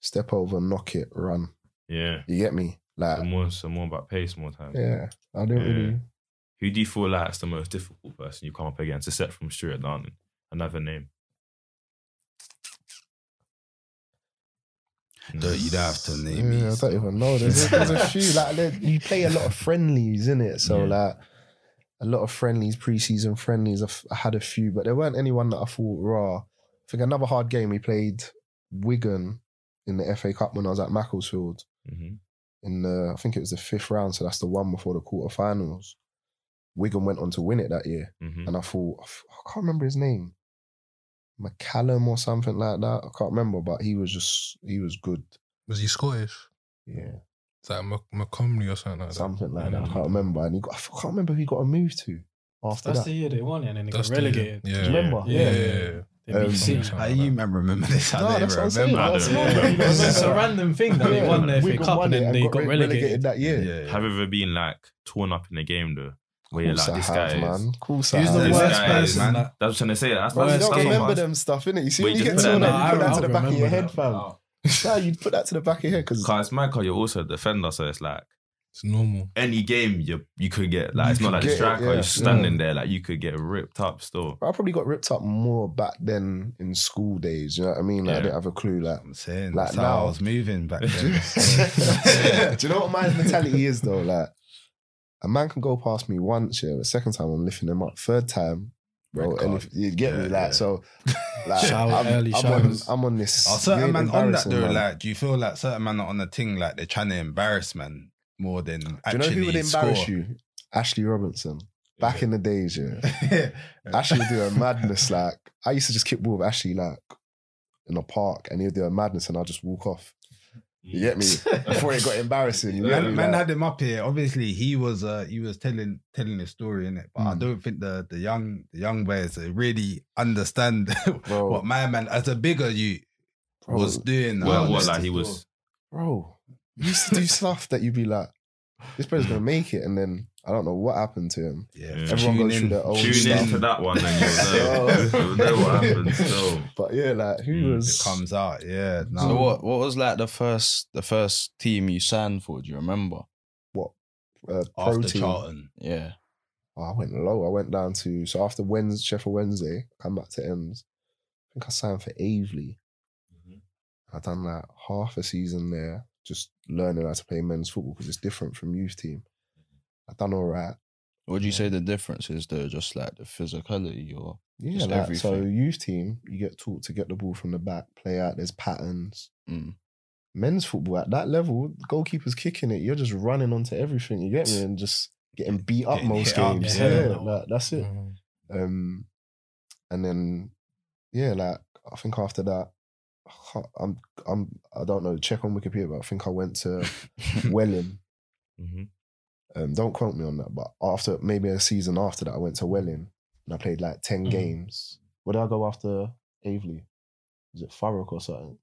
D: step over, knock it, run.
B: yeah.
D: You get me?
B: So
D: Like,
B: more, so more about pace, more time.
D: yeah, I don't
B: Mm. Yeah.
D: really.
B: Who do you feel like is the most difficult person you come up against, except from Stuart Darning? Another
D: *sighs*
B: name.
G: Don't you don't have to name
D: Yeah, I
G: me.
D: don't even know. There's, there's a few like there- you play a lot of friendlies in it, so
B: Yeah.
D: like a lot of friendlies, pre-season friendlies. I've, I had a few, but there weren't anyone that I thought raw. I think another hard game we played Wigan in the FA Cup when I was at Macclesfield.
B: Mhm.
D: in the I think it was the fifth round, so that's the one before the quarterfinals. Wigan went on to win it that year,
B: Mhm.
D: and I thought I f- I can't remember his name, McCallum or something like that. I can't remember, but he was just he was good.
F: Was he Scottish?
D: Yeah,
F: It's like Mac- Macomry or something like that.
D: something like that. I
F: Yeah.
D: can't remember, and he got, I f- I can't remember who he got a move to after
C: That's
D: that.
C: the year they won, and then they
F: That's
C: got
F: the-
C: relegated.
F: yeah.
D: Do you remember?
C: Yeah.
F: Yeah, yeah, yeah.
C: They
D: Um,
C: beat City. *laughs*
F: something
G: How
F: like
G: you
F: that.
G: man remember this? I
D: No,
G: don't
D: that's
G: even
D: what I'm saying.
G: remember.
B: That's
D: That's
B: not-
D: not-
B: Yeah.
C: It's just
B: Yeah.
C: a random thing that they won their FA
D: Wigan
C: Cup
D: won
C: and
D: it
C: then they got
D: re-
C: relegated.
D: that year.
B: Have you ever been like torn up in a game though? Where you're
D: Course
B: like,
D: I
B: this
D: have,
B: guy is.
D: man. Course I
C: He was the
D: have.
B: This
C: worst
B: guy
C: person.
G: man.
C: that-
B: That's what I'm trying to say. That's,
D: Bro,
B: that's,
D: you
B: that's
D: don't
B: what I'm
D: remember
B: asking.
D: them stuff, innit? You see,
B: But
D: when
B: you
D: you get
B: just put
D: torn
B: that-
D: up, you put
C: Nah,
D: that
C: uh, I
D: to the back of your
C: remember
D: head,
C: that.
D: fam. Nah, you put that to the back of your head because
B: Cause it's mad 'cause you're also a defender, so it's like
F: It's normal.
B: any game you you could get like it's
D: You
B: not like
D: could
B: the
D: get it,
B: striker
D: yeah.
B: you're standing there like you could get ripped up still.
D: I probably got ripped up more back then in school days. You know what I mean? Like,
B: Yeah.
D: I didn't have a clue.
G: *laughs*
D: Like, *laughs*
G: I'm saying
D: Like
G: that's how
D: now.
G: I was moving back then.
D: *laughs*
G: *laughs*
D: do you know what my mentality is though? Like, a man can go past me once, yeah. But second time, I'm lifting him up. Third time, bro,
G: Red
D: and
G: card.
D: if, you get me,
G: Yeah,
D: like,
G: yeah.
D: so, like,
C: Shower,
D: I'm, I'm
C: early
D: on,
C: showers.
D: I'm on this.
G: Are certain
D: weird
G: man on that
D: embarrassing,
G: though?
D: man.
G: Like, do you feel like certain man are on the thing like they're trying to embarrass man more than
D: do you know
G: actually
D: who would embarrass
G: score?
D: you? Ashley Robinson. Back in the days, yeah.
G: *laughs*
D: Ashley
G: Actually,
D: would do a madness. Like I used to just kick ball with Ashley like in the park, and he'd do a madness, and I'd just walk off. You get
G: *laughs*
D: me? Before it got embarrassing. You get me?
G: Man, man
D: Like,
G: had him up here. Obviously, he was uh, he was telling telling his story in it, but I
B: Hmm.
D: Mm.
G: don't think the the young the young boys uh, really understand *laughs*
D: bro,
G: what my man as a bigger you
D: bro,
G: was doing.
B: Well,
G: uh,
B: what,
G: next
B: like
G: to
B: he
G: door.
B: was-
D: bro, you used to do stuff that you'd be like, this brother's gonna make it, and then I don't know what happened to him.
G: Yeah,
B: Yeah.
D: Everyone
G: tune
D: goes through
G: in.
D: their own
B: Tune in
D: stuff.
B: to that one and
D: *laughs*
B: you'll know,
D: Oh.
B: you'll know what
D: *laughs*
B: happens. So
D: But yeah, like who
B: Mm, it
D: was
G: Hmm, It comes out. Yeah. No.
D: Mm.
E: So what? What was like the first the first team you signed for? Do you remember?
D: uh,
G: After
D: protein?
G: Charlton.
E: Yeah.
D: Oh, I went low. I went down to so after Wednesday, Sheffield Wednesday, come back to Ems. I think I signed for Avely. I done like half a season there, just learning how to play men's football because it's different from youth team. I done all right.
E: Would you say the difference is though? Just like the physicality, or
D: Yeah,
E: Just
D: like, so
E: everything.
D: youth team, you get taught to get the ball from the back, play out. There's patterns.
E: Mm.
D: Men's football at that level, goalkeepers kicking it. You're just running onto everything. You get me, and just getting beat up
G: Getting
D: most
G: hit up,
D: games.
C: yeah.
D: yeah like, that's it.
F: Mhm.
D: Um, and then yeah, like I think after that, *sighs* I can't- I'm I'm I don't know. Check on Wikipedia, but I think I went to Welling.
B: Mhm.
D: Um, don't quote me on that, but after maybe a season after that, I went to Welling and I played like 10
C: Mhm.
D: games. Where did I go after Avely? Is it Thurrock or something?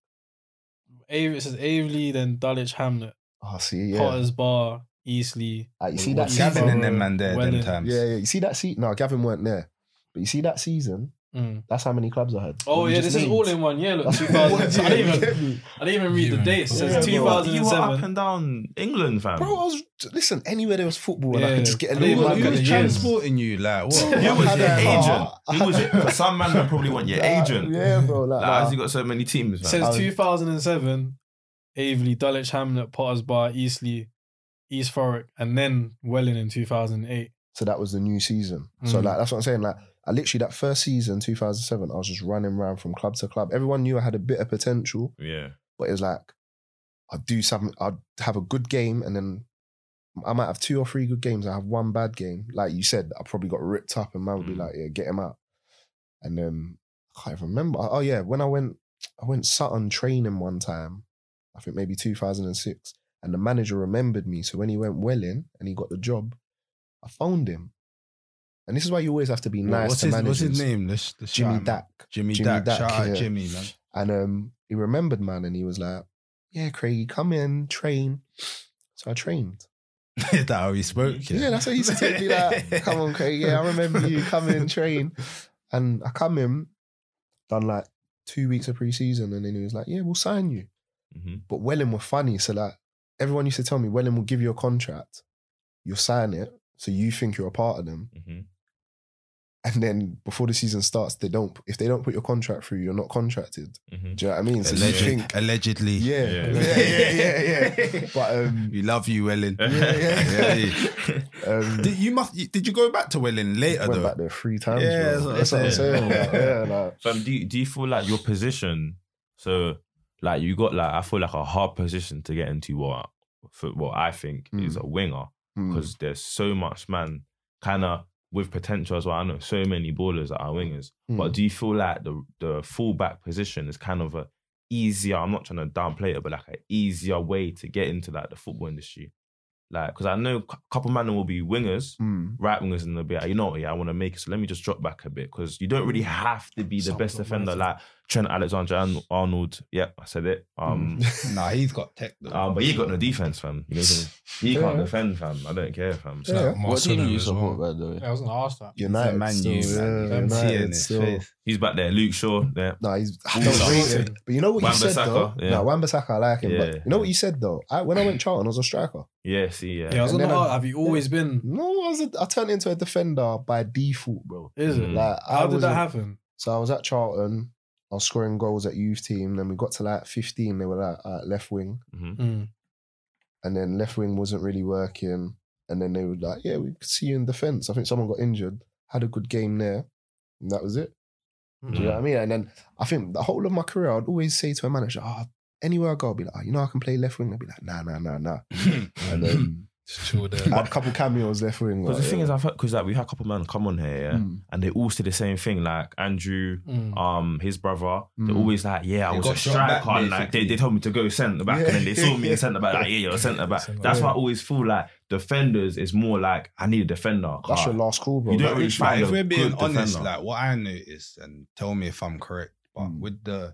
C: Ave- It says Avely, then Dulwich Hamlet,
D: Oh, see, yeah.
C: Potter's Bar, Eastleigh.
D: Ah, you see
C: Well,
D: that
C: well,
D: season?
G: Gavin and them
C: Well,
G: man there, them
C: Welling.
G: times.
D: Yeah, yeah. You see that season? No, Gavin weren't there. But you see that season?
C: Mm.
D: That's how many clubs I had.
C: Oh
D: What you
C: yeah,
D: just
C: this is
D: named.
C: all in one year.
D: *laughs*
C: Look,
D: That's
C: 2000. *laughs* I
D: Yeah, you
C: didn't even,
D: get me?
C: I didn't even read the
F: Yeah,
C: date. It says
D: bro.
B: You were up
C: 2007.
B: and down England, fam.
D: Bro, I was listen. Anywhere there was football, and I
C: Yeah.
D: could just get a
C: I
G: Who
C: didn't
D: little
C: even
G: was,
C: look
G: who
C: at
D: bag of
G: was
C: the years.
D: chips.
G: transporting
B: *laughs*
G: you? Like what?
B: you
D: *laughs* I
B: was
D: had
B: your
D: a
B: agent.
D: car.
B: You was for *laughs* some man that probably want your agent.
D: Yeah, bro. Like,
B: Like,
D: nah.
B: how's he got so many teams?
C: It
B: Man?
C: says
D: Um,
C: 2007, Avely, Dulwich Hamlet, Potter's Bar, Eastleigh, East Thurrock, and then Welling in 2008.
D: So that was the new season. So
C: Mm.
D: like that's what I'm saying. Like I literally that first season, 2007, I was just running around from club to club. Everyone knew I had a bit of potential,
B: yeah,
D: but it was like I'd do something. I'd have a good game, and then I might have two or three good games. I have one bad game. Like you said, I probably got ripped up, and man would be
B: Mm.
D: like, "Yeah, get him out." And then I can't even remember. Oh yeah, when I went, I went Sutton training one time. I think maybe 2006, and the manager remembered me. So when he went well in and he got the job, I phoned him. And this is why you always have to be nice
G: what's,
D: to
G: his,
D: managers.
G: what's his name? Let's, let's shout
D: Jimmy
G: him out.
D: Dack.
G: Jimmy,
D: Jimmy
G: Dack.
D: Dack,
G: Shout out
D: yeah.
G: Jimmy, man.
D: And um, he remembered, man, and he was like, "Yeah, Craig, come in, train." So I trained.
G: Is *laughs* that how he spoke?
D: Mm. Yeah, that's how he used to take me.
G: *laughs*
D: *laughs* Like, come on, Craig. Yeah, I remember you. Come in, train. And I come in, done like two weeks of preseason, and then he was like, "Yeah, we'll sign you."
B: Mhm.
D: But Welling were funny, so like everyone used to tell me, Welling will give you a contract, you'll sign it, so you think you're a part of them,
B: Mhm.
D: and then before the season starts, they don't. If they don't put your contract through, you're not contracted.
B: Mhm.
D: Do you know what I mean? So you
G: Allegedly.
D: think,
G: Allegedly. *laughs*
D: yeah,
B: Yeah.
D: yeah, yeah, yeah, yeah. But um,
G: We love *laughs* you, Ellen.
D: Yeah,
B: *laughs*
D: yeah. um
G: Did you must? you- Did you go back to Welling later
D: went
G: though?
D: back there three times.
G: Yeah,
D: bro.
G: that's
D: that's
G: what
D: what
G: I'm
D: I'm
G: saying.
D: saying. like, yeah, like,
B: Fam, do you, do you feel like your position? So, like you got like I feel like a hard position to get into. What for what I think is
D: Mm.
B: a winger
E: Hmm.
D: Mm.
B: because there's so much man kind of with potential as well. I know so many ballers that are wingers, but
D: Mm.
B: do you feel like the the fullback position is kind of a easier? I'm not trying to downplay it, but like an easier way to get into like the football industry, like because I know a couple man will be wingers.
D: Mm.
B: Right wingers and they'll be like, you know what, yeah, I want to make it. So let me just drop back a bit because you don't really have to be the
F: Some
B: best
F: don't
B: defender
F: matter.
B: like Trent Alexander Arnold. Yeah, I said it. Um,
G: Nah, he's got tech though.
B: uh, but he got no defense, fam. You know what I mean? He can't
D: Yeah.
B: defend, fam. I don't care, fam.
F: It's like
E: What team
F: Marcelo
E: do you
F: as well.
E: support, by the way?
C: I was gonna ask that.
D: United,
G: Man
D: still,
G: U,
D: yeah,
G: man. I'm
D: United
G: seeing his
D: still.
G: face.
B: He's back there. Luke Shaw. Yeah.
D: No, he's I
B: He's
D: don't rate
C: shocking.
D: him. But you know what you said though.
B: Wan-Bissaka, yeah.
D: No, Wan-Bissaka, I like him. But
B: Yeah.
D: you know what you said though. I, when I went Charlton, I was a striker.
B: Yeah, see, yeah.
C: Yeah, I was
D: And
C: gonna
D: then I-
C: ask. Have you always been?
D: No, I was. A, I turned into a defender by default, bro.
C: Is it?
B: Mm.
D: Like, I
C: Hmm. How did
D: wasn't-
C: that happen?
D: So I was at Charlton. I was scoring goals at youth team. Then we got to like 15. They were like all right, left wing,
B: Mhm.
C: Mm.
D: and then left wing wasn't really working. And then they were like, "Yeah, we could see you in defence." I think someone got injured. Had a good game there. And that was it. Do
C: Mm.
D: you know what I mean? And then I think the whole of my career, I'd always say to a manager, oh, anywhere I go, I'd be like, oh, you know, I can play left wing. They'd be like, nah, nah, nah, nah. And then
F: *clears throat* Just chill there.
D: I had a couple cameos left wing.
B: Because
D: like,
B: the thing
D: yeah.
B: is, I've heard, because like we had a couple men come on here, yeah,
D: Mm.
B: and they all say the same thing. Like Andrew,
C: Mm.
B: um, his brother, they're
D: Mm.
B: always like, yeah, I
G: They
B: was
G: got
B: a
G: dropped back,
B: striker. and, like they,
G: basically.
B: they told me to go centre back, and then they saw me in centre back. Like, yeah, you're a centre back.
F: Centre
B: That's
F: back.
B: why I always feel like defenders is more like I need a defender.
D: That's
B: car.
D: your last call, bro.
B: You don't
D: Like,
B: really
D: it's
B: find
G: But
B: a
G: if we're being
B: good
G: honest,
B: defender.
G: like what I noticed, and tell me if I'm correct, but
D: Mm.
G: with the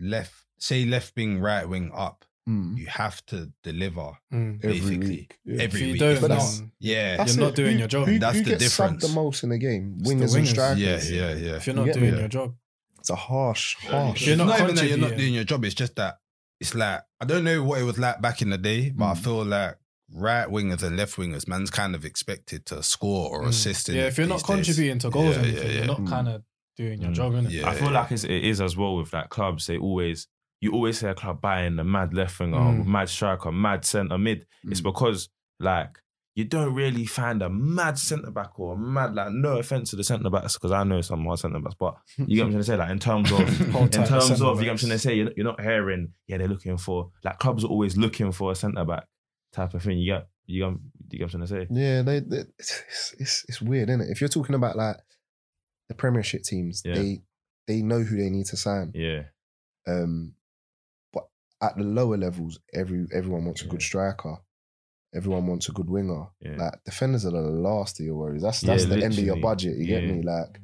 G: left, say left wing, right wing up,
D: mm,
G: you have to deliver
C: Mm.
D: every
G: basically
D: week. Yeah.
G: every
C: If you
G: week.
C: don't,
G: If
D: But
G: not-
C: then
G: yeah,
D: That's
C: You're not
D: it.
C: doing
D: Who-
C: your job.
D: Who,
G: That's
D: who
G: the
D: gets subbed
G: difference.
D: the most in the game?
C: It's the
D: Wingers and
C: wingers.
D: strikers.
G: yeah, yeah, yeah.
C: If you're
D: You
C: not
D: get
C: doing
D: me?
C: your job,
D: It's a harsh,
C: If
D: harsh.
C: you're
G: It's
C: not
G: not even that you're not
C: contributing-
G: doing your job. It's just that it's like I don't know what it was like back in the day, but I
D: Mm.
G: feel like right wingers and left wingers, man's kind of expected to score or
C: Mm.
G: assist. In
C: yeah, if you're not
G: these days.
C: contributing to goals
G: Yeah,
C: or
G: yeah,
C: anything, you're
G: yeah.
C: not
D: Mm.
C: kind of doing your
B: Mm.
C: job, innit?
G: Yeah,
B: I feel like it's, it is as well with like clubs. They always you always hear a club buying the mad left winger,
C: Mm.
B: mad striker, mad centre mid. It's because like you don't really find a mad centre back or a mad like no offense to the centre backs because I know some hard centre backs, but you get what I'm trying to say. Like in terms of
C: Whole
B: in
C: type
B: terms of you
C: centre
B: get what I'm
C: backs.
B: trying to say, you're, you're not hearing yeah they're looking for like clubs are always looking for a centre back type of thing. You get you get, you get what I'm trying to say.
D: Yeah, they, they, it's, it's it's weird, isn't it? If you're talking about like the Premiership teams,
B: Yeah.
D: they they know who they need to sign.
B: Yeah,
D: Um, but at the lower levels, every everyone wants a good
B: Yeah.
D: striker. Everyone wants a good winger.
B: Yeah.
D: Like defenders are the last of your worries. That's
B: Yeah,
D: that's the end of your
B: literally.
D: budget. You
B: Yeah.
D: get me? Like,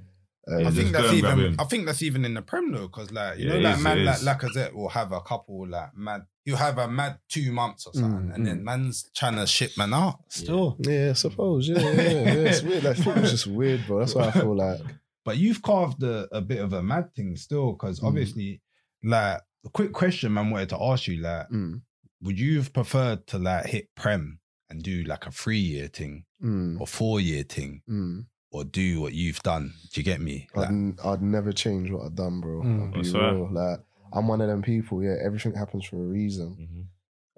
B: Yeah,
G: I
D: um,
B: just
G: think
B: go
G: that's
B: and grab
G: even.
B: him.
G: I think that's even in the Prem though, because like you
B: Yeah,
G: know,
B: it
G: like
B: is,
G: man,
B: it
G: like
B: is.
G: Lacazette will have a couple like mad. You have a mad two months or something,
D: Mm,
G: and then man's trying to ship man out still.
D: yeah, I suppose. Yeah, yeah, yeah. It's weird.
B: *laughs*
D: Like football's just weird, bro. That's why I feel like
G: But you've carved a, a bit of a mad thing still, because
D: Mm.
G: obviously, like a quick question, man, wanted to ask you, like,
D: mm,
G: would you have preferred to like hit prem and do like a three year thing
D: mm,
G: or four year thing
D: mm.
G: or do what you've done? Do you get me?
D: I'd,
G: Like,
D: I'd never change what I've done, bro.
C: Mm.
D: I'll be
B: That's right.
D: real. Like, I'm one of them people. Yeah, everything happens for a reason.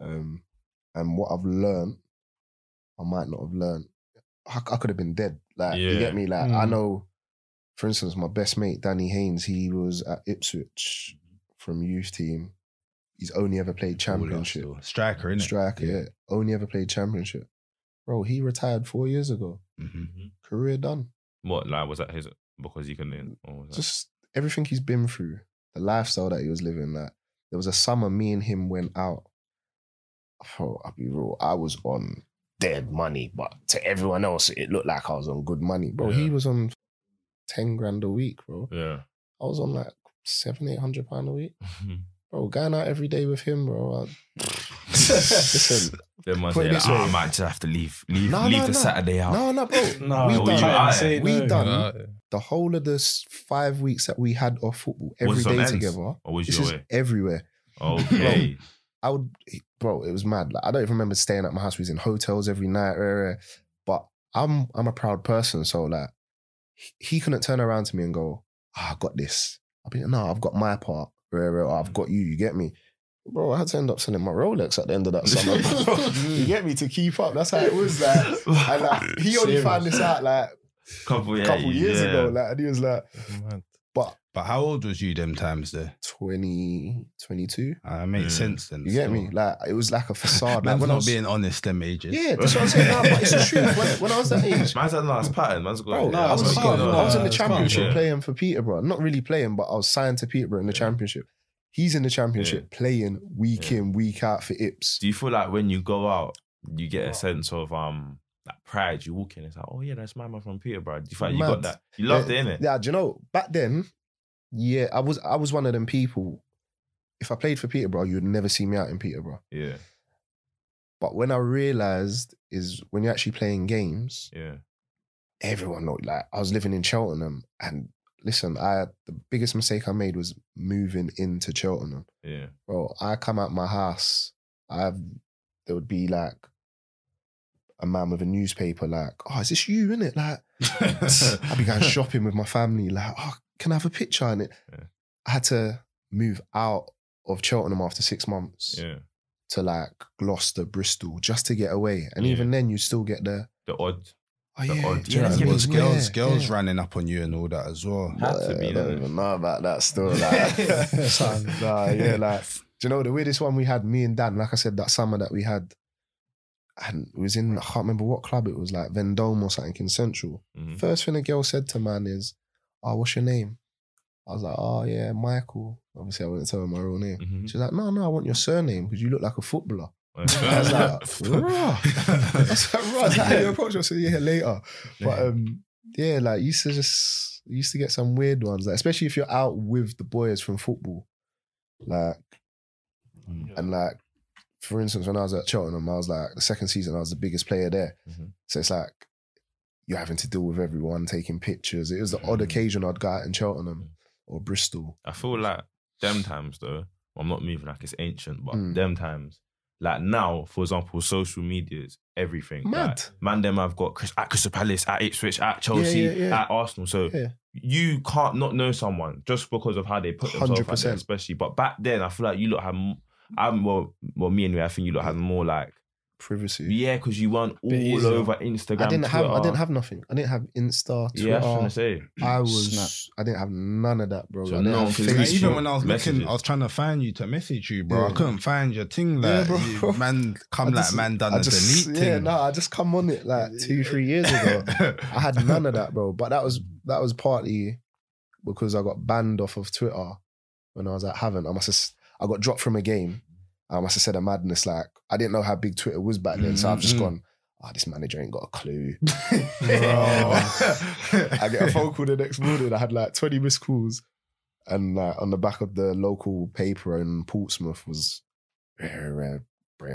B: Mhm.
D: um, and what I've learned, I might not have learned. I, I could have been dead. Like you
B: Yeah.
D: get me. Like I
C: Mm.
D: know, for instance, my best mate Danny Haynes. He was at Ipswich from youth team. He's only ever played championship.
G: still. striker, innit?
D: Striker, yeah. Only ever played championship. Bro, he retired four years ago.
G: Mhm.
D: Career done.
B: what like was that his because you couldn't. Or was that?
D: Just everything he's been through, the lifestyle that he was living. That there was a summer me and him went out. Oh, I'll be real. I was on dead money, but to everyone else, it looked like I was on good money, bro. He
B: Yeah.
D: was on ten grand a week, bro.
B: *laughs* yeah.
D: I was on like seven, eight hundred pound a week, bro. Going out every day with him, bro. I,
B: *laughs*
D: listen,
B: They must
D: Put it
B: say, like,
D: this
B: oh,
D: way.
B: I might just have to leave, leave,
D: No,
B: leave
D: no,
B: the
D: no.
B: Saturday out.
D: no,
B: *laughs*
D: no, bro.
C: No,
D: We
C: we
D: done-
C: can't
B: Alright.
C: say
D: We
C: no.
D: done-
F: Like,
D: The whole of the s- five weeks that we had off football
B: Was
D: every
B: it on
D: day
B: ends?
D: together.
B: Or was
D: This
B: your
D: is
B: way? Oh,
D: everywhere. *laughs*
B: Okay.
D: I would, bro. It was mad. Like I don't even remember staying at my house. We was in hotels every night. rah, rah, rah. But I'm I'm a proud person, so like he, he couldn't turn around to me and go, "Ah, "I got this." I've been no, I've got my part. rah, rah, or I've got you. You get me, bro. I had to end up selling my Rolex at the end of that summer.
B: *laughs*
D: you get me to keep up. That's how it was. Like, and like, he only
C: Serious.
D: found this out like
B: couple,
D: a
B: yeah,
D: couple years
B: yeah.
D: ago. Like, and he was like,
F: man.
D: But
G: But how old was you them times though?
D: 20, 22,
G: Uh, it makes
B: Mm.
G: sense then.
D: you get
G: still.
D: me? Like it was like a
G: *laughs*
D: facade. Like
G: Man's
D: when I
G: not
D: was,
G: being honest them ages.
D: yeah, that's what I'm saying. Now, but it's the truth. When, when I was that age,
B: Man's had last pattern. Man's got.
D: Bro,
C: no,
D: I, was
C: it's
D: in-
C: fine,
D: I was in
C: no,
D: the
C: it's fine,
D: championship
B: yeah.
D: playing for Peterborough. Not really playing, but I was signed to Peterborough in the championship. He's in the championship playing week
B: Yeah.
D: in, week out for Ips.
B: Do you feel like when you go out, you get a sense of um that pride? You walk in, it's like, oh yeah, that's my man from Peterborough. Do you feel like you got
D: Mad.
B: that? You loved
D: Yeah,
B: it, innit?
D: Yeah, do you know back then? Yeah, I was I was one of them people. If I played for Peterborough, you'd never see me out in Peterborough.
B: Yeah,
D: But when I realised is when you're actually playing games,
B: yeah,
D: everyone know. Like I was living in Cheltenham, and listen, I the biggest mistake I made was moving into Cheltenham.
B: yeah.
D: Bro, I come out my house, I've there would be like a man with a newspaper, like, oh, is this you in it?
B: *laughs*
D: Like, I'd be going shopping with my family, like, oh, can I have a picture in it?
B: Yeah.
D: I had to move out of Cheltenham after six months
B: yeah.
D: to like Gloucester, Bristol, just to get away. And
B: Yeah.
D: even then, you still get the
B: The odd
D: oh
B: The
D: yeah,
B: odd
D: yeah,
B: chance.
G: It was
D: yeah,
G: girls, girls
D: yeah.
G: running up on you and all that as well.
B: Had to be,
D: uh, I don't
B: didn't
D: even know about that still. *laughs* Like, son, nah, yeah, like, do you know the weirdest one we had? Me and Dan, like I said, that summer that we had, and it was in I can't remember what club it was, like Vendome or something in Central. *laughs*
B: mhm.
D: First thing a girl said to man is, "Oh, what's your name?" I was like, "Oh yeah, Michael." Obviously, I wouldn't tell her my real name.
B: Mhm.
D: She's like, "No, no, I want your surname because you look like a *laughs* footballer." I was
B: Yeah.
D: like,
B: *laughs*
D: *laughs* "Bruh." I was like, "Bruh, is that how you approach?" it?" I said, "Yeah, later." But um, yeah, like you used to just you used to get some weird ones, like especially if you're out with the boys from football, like
B: Mm.
D: and like for instance, when I was at Cheltenham, I was like the second season, I was the biggest player there,
B: Mhm.
D: so it's like you're having to deal with everyone taking pictures. It was the odd
B: Mhm.
D: occasion I'd go out in Cheltenham or Bristol.
B: I feel like them times though, I'm not moving like it's ancient, but
D: Mm.
B: them times, like now, for example, social media is everything.
D: Mad.
B: Like, man, them I've got Chris, at Crystal Palace, at Ipswich, at Chelsea,
D: yeah, yeah.
B: at Arsenal. So
D: Yeah.
B: you can't not know someone just because of how they put themselves out there,
D: 100%.
B: especially. But back then, I feel like you lot had, m- I'm well, well, me anyway. I think you lot had more like,
D: Privacy.
B: yeah, because you weren't all
C: Bit easier.
B: over Instagram.
D: I didn't have I
B: Twitter.
D: didn't have nothing. I didn't have Insta, Twitter.
B: Yeah, I was trying to say.
D: I was
E: Snap.
D: I didn't have none of that, bro.
B: So
D: I didn't
B: no
D: have
B: one can
G: Like,
B: reach
G: even
B: you.
G: when I was
B: Messages.
G: looking, I was trying to find you to message you, bro. I
D: Yeah.
G: couldn't find your thing.
D: Yeah,
G: Like,
D: bro.
G: you- man,
D: *laughs*
G: come
D: I
G: like
D: just-
G: man done
D: I
G: a
D: just,
G: delete
D: yeah,
G: thing.
D: no, I just come on it like two, three years ago. I had none
G: *laughs*
D: of that, bro. But that was that was partly because I got banned off of Twitter when I was at Haven. I must have s- I got dropped from a game. I must have said a madness. Like I didn't know how big Twitter was back then, so I've just
G: Mhm.
D: gone. Ah, this manager ain't got a clue. *laughs* I
G: I
D: get a phone call the next morning. I had like twenty missed calls, and like on the back of the local paper in Portsmouth was Brian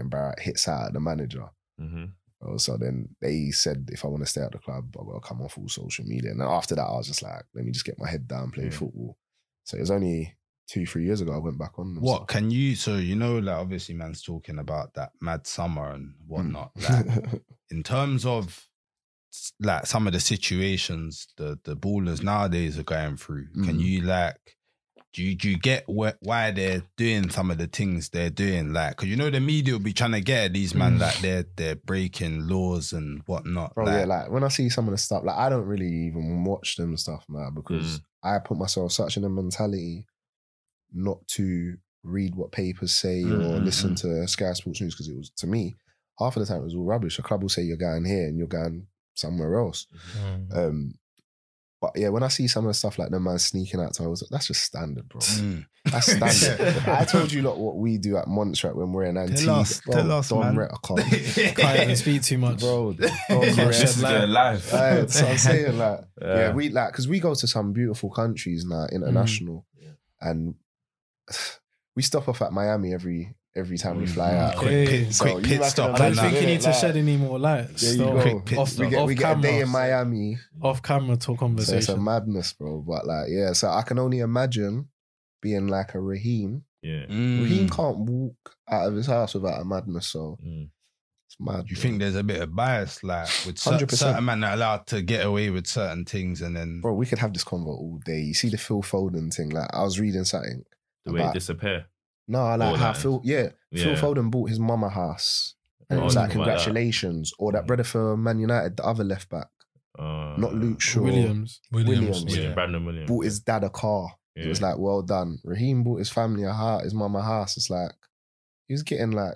D: Barrett hits out at the manager.
B: hmm
D: Oh, so then they said, if I want to stay at the club, I've got to come off all social media. And then after that, I was just like, let me just get my head down, play
B: Yeah.
D: football. So it was only two, three years ago I went back on. them.
G: What can you? So you know, like obviously, man's talking about that mad summer and whatnot. *laughs*
D: Hmm.
G: Like,
D: *laughs*
G: in terms of s- like some of the situations the the ballers nowadays are going through, can
D: Mm.
G: you like do you, do you get wh- why they're doing some of the things they're doing? Like, cause you know the media will be trying to get at these man
F: Mm.
G: like they're they're breaking laws and whatnot.
D: Hmm. Bro,
G: like,
D: yeah, like when I see some of the stuff, like I don't really even watch them stuff now
G: Mm.
D: because I put myself such in a mentality not to read what papers say
G: Mm,
D: or
G: mm,
D: listen to Sky Sports News because it was, to me, half of the time it was all rubbish. A club will say you're going here and you're going somewhere else.
C: Mm.
D: Um, but yeah, when I see some of the stuff like the man sneaking out to us, that's just standard,
G: *laughs*
D: bro. *laughs*
G: Mm.
D: That's standard. I told you lot what we do at Montserrat when we're in
G: us,
D: Antigua. Bro,
G: tell us,
D: Dom
G: man.
D: Rett, I
G: *laughs*
D: can't-
C: Can't even speak too much.
D: Bro, Dom
C: Can't
D: Rett.
C: shed light.
B: life.
D: Aye, so
B: *laughs*
D: I'm saying like, yeah,
B: Yeah.
D: we like because we go to some beautiful countries now,
G: Mm.
D: international, and *sighs* we stop off at Miami every every time we fly
G: Mm.
D: out.
G: *laughs* Quick,
C: Hey,
G: pit,
D: so
G: quick
D: you
G: pit
D: reckon
C: I
G: stop.
D: I'm
C: don't
G: and
D: like-
C: think
G: that.
C: you need to
D: Like-
C: shed any more light.
D: There you
C: still.
D: go.
G: Quick pit
C: Off-
D: we
G: stop.
D: get we get a day
C: camera.
D: in Miami.
C: Off camera to
D: So it's a
C: conversation.
D: madness, bro. But like, yeah, so I can only imagine being like a Raheem.
B: Yeah. Hmm.
D: Raheem
G: Mm.
D: can't walk out of his house without a madness, so
B: Mm.
D: it's mad.
G: You
D: bro.
G: think there's a bit of bias, like with cer-
D: 100%.
G: certain men that are allowed to get away with certain things, and then
D: bro, we could have this convo all day. You see the Phil Foden thing. Like I was reading something.
B: The way it
D: About-
B: disappear.
D: No, I like
B: Oh,
D: how
B: nice.
D: Phil yeah,
B: Yeah.
D: Phil Foden bought his mama house. And it
B: Oh,
D: was like
B: something like that.
D: congratulations. or that
B: Mhm.
D: brother for Man United, the other left back.
B: Uh,
D: not Luke Shaw.
C: Williams.
F: Williams.
D: Williams.
F: Yeah.
B: Brandon Williams.
D: Bought his dad a car. It was
B: Yeah.
D: like, well done. Raheem bought his family a house, his mum a house. It's like, he was getting like,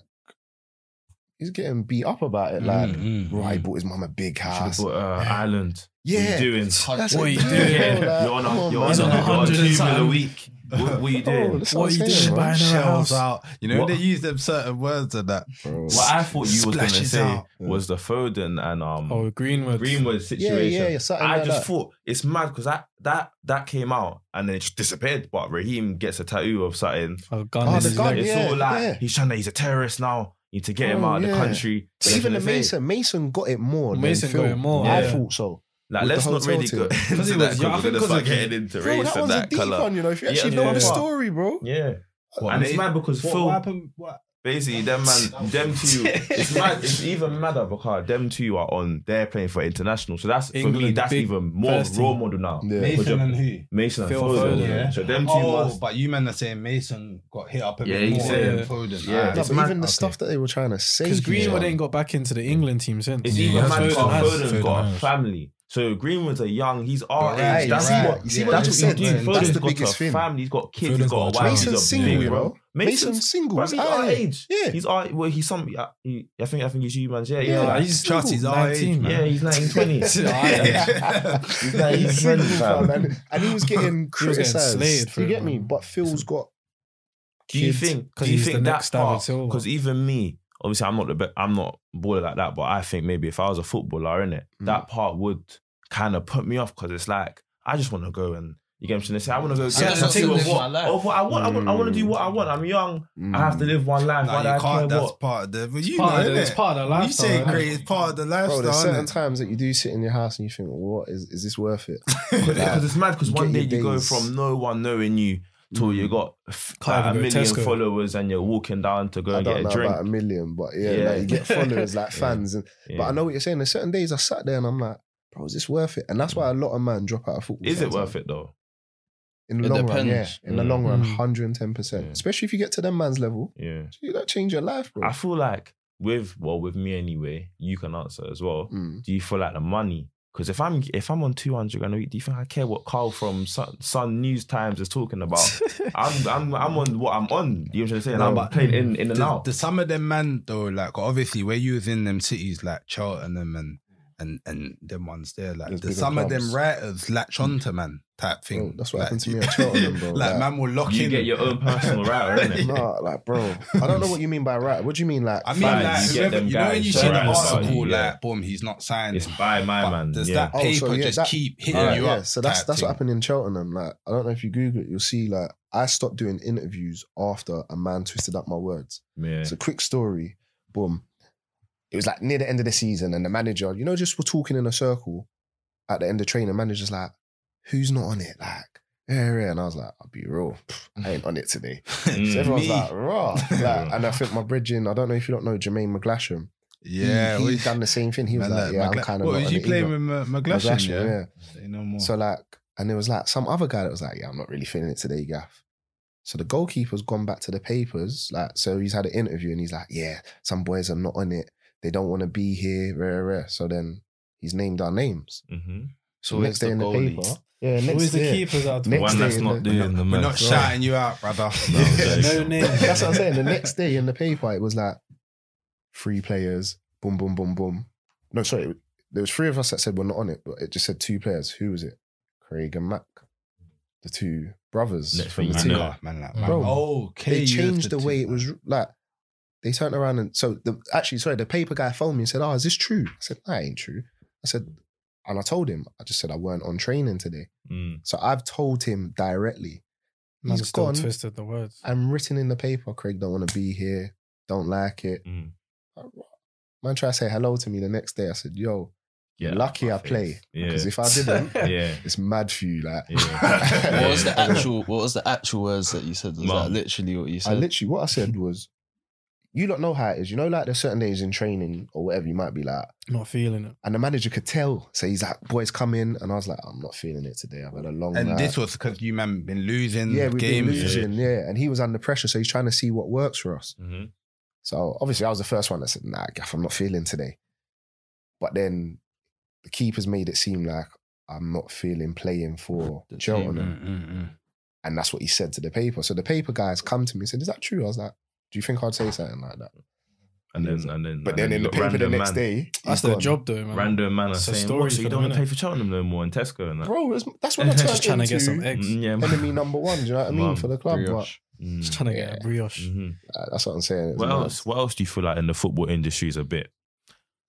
D: he's getting beat up about
B: Mm,
D: it. Like, right, he bought his mum a big
B: Hmm. Should've
D: house.
B: bought, uh, Island. What
D: yeah.
B: are you doing?
D: That's
C: What
D: it,
C: you
D: *laughs* yeah,
C: doing?
D: like,
B: you're on
D: come
B: a, you're
D: man.
B: on a,
F: He's on a
B: you're on
F: hundred
B: two
F: and
B: mil a
F: something.
B: week. What, what are you
D: Oh, *laughs*
B: doing?
D: that's
C: What
D: what,
C: you
D: I'm
C: doing,
D: saying,
C: man?
D: bro.
C: Buying her a
G: Shells
C: house.
G: out. You know
B: What-
G: they use them certain words and that.
D: Bro.
B: What I thought you was going to
G: Splashes
B: say
G: out.
B: was the Foden and um,
C: Oh, Greenwood.
B: Greenwood
D: Yeah,
B: situation.
D: yeah, yeah. Something
B: I
D: like
B: just
D: that.
B: thought it's mad because that that that came out and then it just disappeared. But Raheem gets a tattoo of something.
C: A gun
D: Oh,
C: in
D: the
C: his
D: gun,
C: leg.
B: it's
D: yeah,
B: all like
D: yeah.
B: he's trying to he's a terrorist now. You need to get him
D: Oh,
B: out of the
D: yeah.
B: country.
D: But
B: That's
D: even the
B: what they say.
D: Mason, Mason got it more.
C: Mason
D: than Phil.
C: got it more,
D: I
C: yeah.
D: thought so.
B: Like,
D: With
B: let's
D: the
B: not
D: hotel
B: really go *laughs*
D: team.
B: into
C: Because he
B: that
C: was
B: because
C: young. I
B: we're
C: think
B: gonna
C: because
B: start
C: of-
B: getting into
D: Bro,
B: race
D: that
B: and
D: one's a
B: that
D: deep
B: color.
D: one, you know. If you
B: Yeah,
D: actually
B: yeah.
D: know the
B: What?
D: story, bro.
B: Yeah,
G: What,
B: and it's
G: ma-
B: mad because
G: what,
B: Phil
G: what happened? What?
B: basically them man them two.
D: *laughs*
B: It's mad. It's even madder because them two are on. They're playing for international, so that's for me
C: England,
B: that's
C: big
B: even more
C: first team.
B: role model now.
D: Yeah.
B: Because you're-
G: Mason and who?
B: Mason and
C: Phil
B: Foden.
C: Foden.
B: Yeah. So them two
G: Oh,
B: must.
G: but you men are saying Mason got hit up a
B: Yeah,
G: bit
B: he's
G: more
C: saying-
G: than Foden.
B: Yeah.
G: Ah,
D: *laughs* No,
B: It's
D: but
B: mad-
D: even the
G: okay.
D: stuff that they were trying to say.
C: Because Greenwood ain't got back into the England team since.
B: It's
F: Yeah,
B: even
F: that's
B: mad
F: Foden
B: because
F: has.
B: Foden's got a
F: Foden has.
B: family. So Greenwood's a young. He's our
G: You're right,
B: age.
G: you're
B: That's
G: right.
B: what.
D: You see
G: Yeah,
D: what I
B: That's
D: just
B: what
D: said?
B: you do.
D: That's
B: Foden's
D: the
B: got a
D: biggest thing.
B: family. He's got kids.
F: Foden's
B: He's got
F: got
B: a
F: a
B: wife.
F: child.
B: He's
D: Mason's
B: a
F: Mason
D: single,
B: big
D: you
B: bro.
D: know. Mason's single.
B: Bruv,
D: He's
B: he's our
D: Ireland.
B: age.
D: Yeah.
B: He's our well. He's some. uh, He, I think. I think it's you, man. Yeah,
D: Yeah,
B: yeah.
C: he's
G: Chelsea's our age,
C: 19,
B: Yeah, he's 1920.
G: *laughs*
D: He's
B: like, he's
D: single,
B: friends,
D: fam,
B: fam.
D: and, and he was
C: *laughs*
D: getting criticized.
C: slated for
D: you
C: it,
D: get me?
C: man.
D: But Phil's got
B: Do you
C: kids,
B: think?
C: 'cause
B: Do you
C: he's the
B: think that
C: next David
B: part?
C: Silva.
B: Because even me, obviously, I'm not the be- I'm not baller like that. But I think maybe if I was a footballer in it,
D: Mm.
B: that part would kind of put me off because it's like I just want to go and. You get what I'm trying to say? I want to go
E: I
B: get
E: just
B: the
E: want to
B: thing of
E: live my
B: what,
E: life.
B: of what I want. I want. I want to do what I want. I'm young. I have to live one life.
G: Nah,
B: Why do
G: you
B: I care
G: can't. That's
B: what?
G: part of the. But you
C: part
G: know,
C: of the, it's
G: innit?
C: part of the
G: You
C: lifestyle.
G: say
C: innit?
G: great. It's part of the
D: Bro,
G: lifestyle.
D: there's certain
G: innit?
D: times that you do sit in your house and you think, what is is this worth it?
G: *laughs*
B: Because it's mad. Because
D: You
B: one day
D: get your
B: you go
D: days. Mm.
B: from no one knowing you till you got f- like
C: Can't
B: a
C: even go to
B: million
C: Tesco.
B: followers and you're walking down to go
D: I
B: and
D: don't
B: get a
D: know
B: drink.
D: about a million, but yeah,
B: Yeah.
D: Like you
B: *laughs*
D: get followers like fans. And, But
B: Yeah.
D: I know what you're saying. There's certain days I sat there and I'm like, bro, is this worth it? And that's why a lot of man drop out of football.
B: Is it worth it though?
D: In the
E: It
D: long run, yeah.
E: depends.
D: In the
B: Mm.
D: long run,
C: Mm.
D: 110%.
B: Yeah.
D: Especially if you get to them man's level,
B: Yeah.
D: you don't change your life, bro.
B: I feel like with well with me anyway, you can answer as well. *laughs*
D: Mm.
B: Do you feel like the money? Because if I'm if I'm on two hundred grand a week, do you think I care what Carl from Sun, Sun News Times is talking
D: *laughs*
C: *laughs*
B: about? I'm I'm I'm on what I'm on. You know what I'm saying?
D: No,
B: I'm
D: but
B: playing in in and
G: the,
B: out.
G: the some of them man though, like obviously where you was in them cities like Cheltenham and and and them ones there, like
D: There's
G: the,
D: bigger
G: some of them
D: clubs.
G: writers latch onto man type thing.
D: Bro, that's what
G: Like,
D: happened to me at
G: *laughs*
D: Cheltenham, bro.
G: like
D: Like-
G: man will lock
B: you
G: in.
B: get your own
G: *laughs*
B: personal router, innit?
G: Yeah.
D: Nah, like, bro, I don't know what you mean by right. What do you mean, like,
G: I mean,
B: Fine,
G: like,
B: you
G: you,
B: get
G: whoever,
B: them
G: you know when you
B: guys
G: see the
B: writing about
G: article,
B: you, yeah.
G: like, boom, he's not signing.
B: It's by my
G: But
B: man.
G: Does
B: yeah.
G: that
D: Oh,
G: paper
D: so yeah,
G: just
D: that-
G: keep hitting
D: Yeah,
G: you
D: yeah.
G: up?
D: So that's
G: type
D: that's what
G: thing?
D: happened in Cheltenham. Like, I don't know if you Google it, you'll see like I stopped doing interviews after a man twisted up my words.
B: yeah.
D: So quick story, boom. It was like near the end of the season, and the manager, you know, just were talking in a circle at the end of training. Manager's like, "Who's not on it?" Like, yeah, yeah. And I was like, "I'll be real, pff, I ain't on it today."
B: Mm.
D: So everyone's
G: Me.
D: like, "Raw." Like, and I think my bridging. I don't know if you don't know Jermaine McGlasham. He-
G: Yeah,
D: he,
G: we-
D: done the same thing. He was
G: Man,
D: like,
G: look,
D: "Yeah,
G: Magla-
D: I'm kind of
G: What,
D: not
G: was
D: on
G: you
D: it
G: playing
D: either."
G: with Ma- McGlashan?
D: McGlashan, yeah.
G: Yeah, Say no more.
D: So like, and there was like some other guy that was like, "Yeah, I'm not really feeling it today, Gaff." So the goalkeeper's gone back to the papers, like, so he's had an interview and he's like, "Yeah, some boys are not on it. They don't want to be here." Rare, rare. So then he's named our names.
B: Mhm.
D: So
E: Always
D: next day
E: the
D: in the
E: goalie.
D: paper, yeah, next
C: Always the
D: day.
C: keepers out.
B: The
D: Next
B: one
D: day
B: that's
D: in
B: not
D: the-
B: doing the
G: We're
B: man.
G: not shouting you out, brother.
C: No name.
D: That's what I'm saying. The next day in the paper, it was like three players, boom, boom, boom, boom. No, sorry, there was three of us that said we're not on it, but it just said two players. Who was it? Craig and Mac, the two brothers.
B: Next
D: from
B: thing
D: the
B: you
D: team.
B: know.
G: man, like,
D: Bro,
G: okay,
D: they
G: you
D: changed
G: have
D: the
G: to
D: way
G: do
D: it was
G: that.
D: r- like they turned around and so the actually sorry the paper guy phoned me and said oh is this true i said that ain't true i said and i told him i just said i weren't on training today
B: Mm.
D: so i've told him directly
C: Man
D: he's
C: still
D: gone
C: twisted the words.
D: *laughs* i'm written in the paper craig don't want to be here don't like it
B: Mm.
D: man try to say hello to me the next day i said yo
B: Yeah,
D: lucky
B: my
D: i play
B: face.
D: because if i
B: *laughs*
D: didn't
B: Yeah. Yeah.
D: it's mad for you like
B: Yeah.
D: *laughs*
E: What was the actual? What was the actual words that you said? Was that
B: Mum.
E: literally what you
D: I
E: said?
D: literally, what I said was, you don't know how it is. You know, like there's certain days in training or whatever, you might be like,
C: Not feeling it.
D: And the manager could tell. So he's like, boys, come in. And I was like, I'm not feeling it today. I've had a long
G: And
D: night.
G: this was because you man been losing
D: yeah, we've been
G: games.
D: losing. Yeah. And he was under pressure. So he's trying to see what works for us.
B: Mhm.
D: So obviously, I was the first one that said, nah, Gaff, I'm not feeling today. But then the keepers made it seem like I'm not feeling playing for
E: The team,
D: Cheltenham.
G: Mm, mm, mm.
D: And that's what he said to the paper. So the paper guys come to me and said, Is that true? I was like, Do you think I'd say something like that?
B: And then and then and
D: But then in
B: you
D: the
B: got
D: paper the
B: random
D: next
B: man-
D: day, he's
C: That's their
D: gone.
C: job, though, man.
B: Random man are
C: It's a
B: saying,
C: story
B: what, so
C: for
B: you
C: the
B: don't want to play
C: minute."
B: for Cheltenham no more and Tesco and that.
D: Bro, that's- that's when I turned
C: *laughs* Just trying to
D: into
C: get some eggs.
B: Mm, yeah, man.
D: *laughs* enemy number one. Do you know what I mean?
B: Mum,
D: For the club.
E: Brioche.
C: Just
B: Mm.
C: trying to get a brioche.
B: Mhm.
D: But, uh, that's what I'm saying. It's
B: What
D: mad.
B: else? What else do you feel like in the football industry is a bit,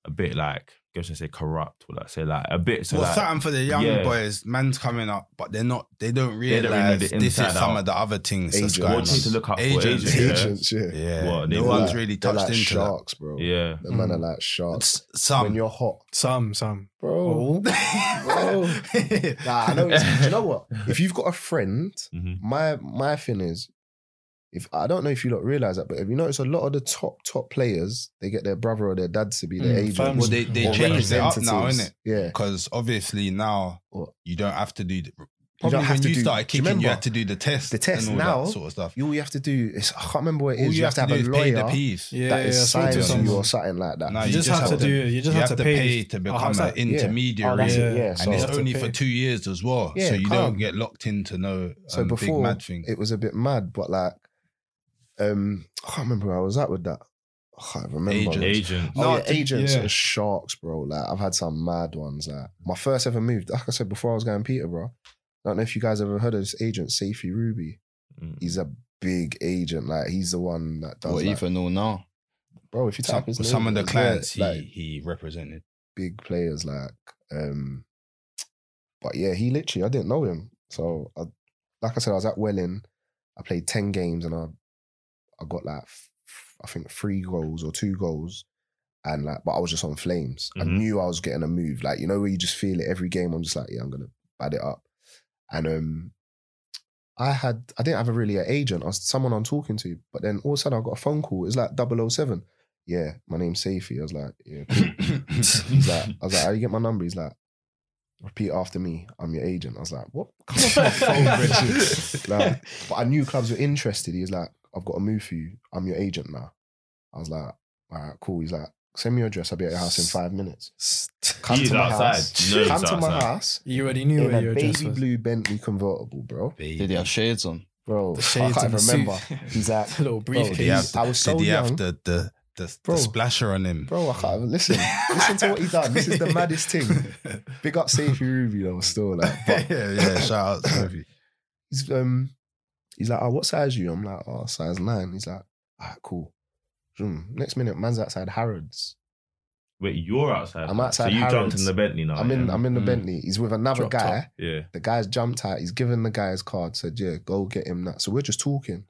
B: a bit like? I guess I say corrupt. Would I say like a bit? So
G: Well,
B: like,
G: something for the young
B: yeah.
G: boys, man's coming up, but they're not. They don't
B: really
G: realize
B: know the
G: this
B: inside
G: is some
B: out.
G: of the other things
D: Agents.
G: that's going
D: What
G: on.
D: to
B: look out for,
G: Agents,
B: agents,
G: yeah.
D: Agents, yeah.
G: Yeah,
B: What, they
G: no
B: were
G: one's
B: like-
G: really
D: They're
G: touched
D: like
G: into that.
D: sharks, bro.
B: yeah,
D: The man
C: Mm.
D: are like sharks.
G: S- Some
D: When you're hot,
C: Some, some.
D: bro.
C: Oh.
D: Nah, *laughs* I know. it's- Do you know what? If you've got a friend,
B: Mhm.
D: my my thing is, if I don't know if you lot realize that, but if you notice, a lot of the top top players, they get their brother or their dad to be their
C: Mm,
D: agent.
C: fam-
G: Well, they they
C: Or
G: changed it up now,
D: Representatives.
G: innit?
D: Yeah.
G: Because obviously now
D: What?
G: you don't have to do. The, probably
D: have
G: when
D: to
G: you
D: do- do
G: started
D: you
G: kicking, you
D: remember?
G: had to do the test.
D: The test
G: and all
D: now,
G: that sort of stuff.
D: All you have to do is I can't remember what it is.
G: all
D: you, have to have
G: do
D: a
G: is
D: lawyer
G: pay the piece.
C: Yeah,
D: that
C: yeah,
D: is
C: yeah, I spoke
D: signed
C: to
D: to
C: someone.
D: you
C: you,
D: or something like that.
G: No,
D: Yeah,
G: you
C: just,
G: just
C: have,
G: have
C: to
G: to-
C: do it. You just
G: you
C: have, to pay.
G: to
C: Oh,
G: become
C: how's
G: an
C: that?
D: Yeah. Oh,
G: intermediary,
D: that's
C: Yeah.
D: it. Yeah,
G: and it's
C: have
D: so
C: to
G: only for
C: pay.
G: two years as well.
D: Yeah,
G: so you
D: calm.
G: don't get locked into no
D: So
G: um, big
D: before
G: mad thing.
D: it was a bit mad, but like, um, I can't remember where I was at with that. I can't remember.
G: Agent.
B: agent.
D: Oh,
G: No,
D: yeah,
G: I think-
D: agents
G: yeah.
D: are sharks, bro. Like I've had some mad ones. Like my first ever move, like I said before, I was going Peterborough. I don't know if you guys ever heard of this agent, Safety Ruby.
B: Mm.
D: He's a big agent. Like he's the one that does.
E: What
D: like-
E: Ethan all now?
D: bro, if you type
G: some,
D: his name,
G: some of the
D: it's
G: clients
D: like,
G: he,
D: like,
G: he represented.
D: big players, like. um But yeah, he literally, I didn't know him. So, I, like I said, I was at Welling. I played ten games and I, I got like, f- I think three goals or two goals, and like, but I was just on flames. I
B: Mhm.
D: knew I was getting a move. Like you know where you just feel it every game. I'm just like, yeah, I'm gonna bad it up, and um. I had I didn't have a really an agent. I was someone I'm talking to, but then all of a sudden I got a phone call. It's like 007. Yeah, my name's Safi. I was like, yeah, cool. *coughs* He's
G: *laughs*
D: like, *laughs* I was like, how you get my number? He's like, repeat after me. I'm your agent. I was like, what? Come off my phone,
G: Oh,
D: Richard. Like, but I knew clubs were interested. He was like, I've got a move for you. I'm your agent now. I was like, all right, cool. He's like, send me your address. I'll be at your house in five minutes. Come
B: He's
D: to my
B: outside.
D: house.
B: You know he's
D: Come to my
B: outside.
D: house.
C: You already knew
D: In
C: where
D: a
C: your address
D: baby
C: was.
D: blue Bentley convertible, bro.
E: Did he have shades on?
D: Bro,
C: The
D: I
C: shades
D: can't
C: and
D: even
C: the
D: remember.
C: suit.
D: He's like,
C: The little
D: bro,
G: Did he have
C: briefcase.
G: the,
D: I was so
G: did he
D: young.
G: have the, the, the,
D: Bro.
G: the splasher on him?
D: Bro, I can't even listen. *laughs* Listen to what he done. This is the maddest
C: *laughs*
D: thing. Big up Safety Ruby though, still like. But
G: yeah, yeah, shout out to Sophie.
D: he's um he's like, oh, what size you? I'm like, oh, size nine. He's like, alright, cool. Zoom. Next minute, man's outside Harrods.
B: Wait, you're outside.
D: I'm outside
B: So you jumped
D: Harrods.
B: in the Bentley now.
D: I'm in
B: Oh, Yeah.
D: I'm in the
E: Mm.
D: Bentley. He's with another
C: Dropped
D: guy.
B: yeah.
D: The guy's jumped out. He's given the guy his card, said, yeah, go get him that. So we're just talking.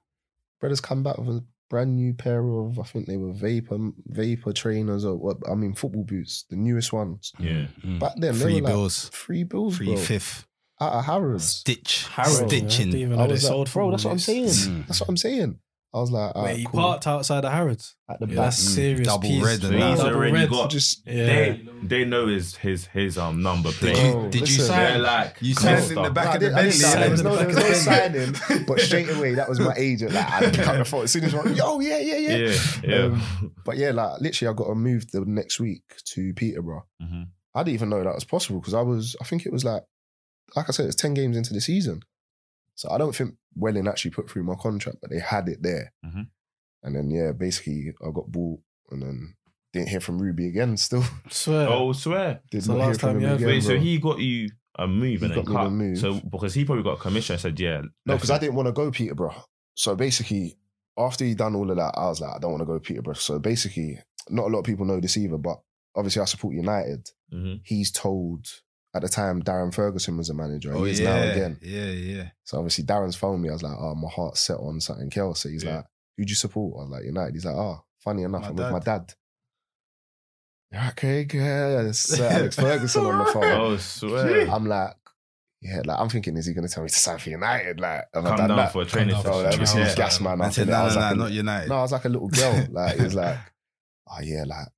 D: Brothers come back with a brand new pair of, I think they were vapor vapor trainers or what I mean football boots, the newest ones.
B: Yeah.
G: Mm.
D: Back then, they
G: Free
D: were like-
G: bills.
D: Three bills,
G: Free
D: bro.
G: fifth.
D: Out of Harrods.
G: Stitch.
C: Harrods, man. Didn't
G: Stitching.
C: even
D: I
C: know they
D: was like,
C: sold
D: bro,
C: football
D: that's what I'm
C: boots.
D: saying.
G: Mm.
D: That's what I'm saying. I was like,
C: Wait,
D: alright,
C: he
D: cool.
C: parked outside the Harrods.
D: at the
C: Yeah,
D: back.
C: that's serious.
G: Double
C: piece.
G: red and
B: So he's
G: that.
C: Double
B: already
C: red.
B: got.
D: Just
C: Yeah.
B: They they know his his his um number plate.
G: Did you,
D: Bro,
G: did you
D: listen.
B: They're
G: sign?
B: like
G: You
B: come
G: signed in the
B: stop.
G: back
D: Nah, I
G: of the
D: didn't- I
G: Bentley.
D: didn't sign. There was
G: innit?
D: no, there was no
G: *laughs* Back
D: signing, but straight away that was my agent. Like I pick up the phone as soon as I'm, yo, yeah, yeah, yeah,
B: Yeah.
D: *laughs*
B: Yeah.
D: But yeah, like literally, I got to move the next week to Peterborough.
B: Mhm.
D: I didn't even know that was possible because I was, I think it was like, like I said, it's ten games into the season, so I don't think Welling actually put through my contract, but they had it there.
B: Mhm.
D: And then yeah, basically I got bought, and then didn't hear from Ruby again. Still *laughs*
C: Swear.
B: Oh, swear.
D: did
C: It's the
D: not hear
C: last
D: from
C: time
D: him
C: you heard
D: again.
C: from
B: Wait, so
D: bro.
B: he got you a move
D: He
B: and then
D: got me the
B: cut.
D: move.
B: So because he probably got a commission, I said, yeah.
D: No, because I
B: left it.
D: didn't want to go Peterborough. So basically, after he done all of that, I was like, I don't want to go Peterborough. So basically, not a lot of people know this either, but obviously I support United.
B: Mhm.
D: He's told at the time Darren Ferguson was a manager.
G: Oh,
D: he is
G: yeah.
D: now again.
G: Yeah, yeah.
D: So obviously Darren's phoned me. I was like, oh, my heart's set on something else. So he's
B: Yeah.
D: like, who'd you support? I was like, United. He's like, oh, funny enough,
G: My
D: I'm
G: dad.
D: with my dad. Yeah, okay, yeah, it's Sir Alex Ferguson on the phone.
B: Oh, swear.
D: I'm like, yeah, like I'm thinking, is he gonna tell me to sign for United? Like, have I
B: Come
D: done
B: down
D: that?
B: for a training
F: down
D: Bro,
B: session.
F: for a
D: that was
F: training
D: his
F: Yeah.
D: gas man.
G: I
D: After
G: said,
D: that, I
G: no,
D: was
G: no,
D: like,
G: no, not
D: a-
G: United.
D: no, I was like a little girl. Like, he was like, oh yeah, like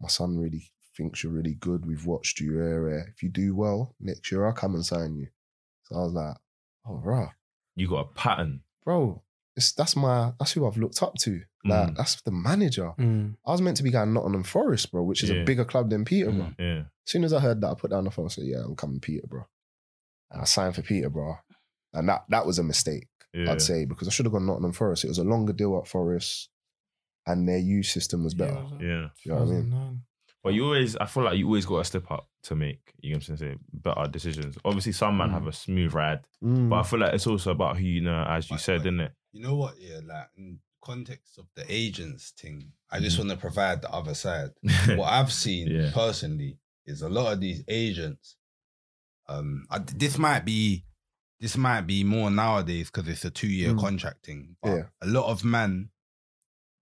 D: my son really thinks you're really good. We've watched you. Yeah, yeah. If you do well next year, I'll come and sign you. So I was like, oh, bro,
B: You got a pattern.
D: bro, it's, that's my that's who I've looked up to. Like
B: Mm.
D: that's the manager. I was meant to be going Nottingham Forest, bro, which is
B: Yeah.
D: a bigger club than Peterborough.
E: Mm.
B: Yeah.
D: As soon as I heard that, I put down the phone and said, Yeah, I'm coming Peterborough. And I signed for Peterborough. And that that was a mistake,
B: Yeah.
D: I'd say, because I should have gone Nottingham Forest. It was a longer deal at Forest and their youth system was better.
B: Yeah.
D: You know what I mean?
B: But you always, I feel like you always got to step up to make, you know what I'm saying, better decisions. Obviously, some men have a smooth ride,
D: Mm.
B: but I feel like it's also about who you know, as you
G: Right,
B: said,
G: right.
B: isn't it?
G: You know what? Yeah, like in context of the agents thing, I just want to provide the other side.
D: *laughs*
B: *laughs*
G: what I've seen
B: Yeah.
G: personally is a lot of these agents. Um, I, this might be this might be more nowadays because it's a two-year
D: Mm.
G: contract thing. But
D: Yeah.
G: a lot of men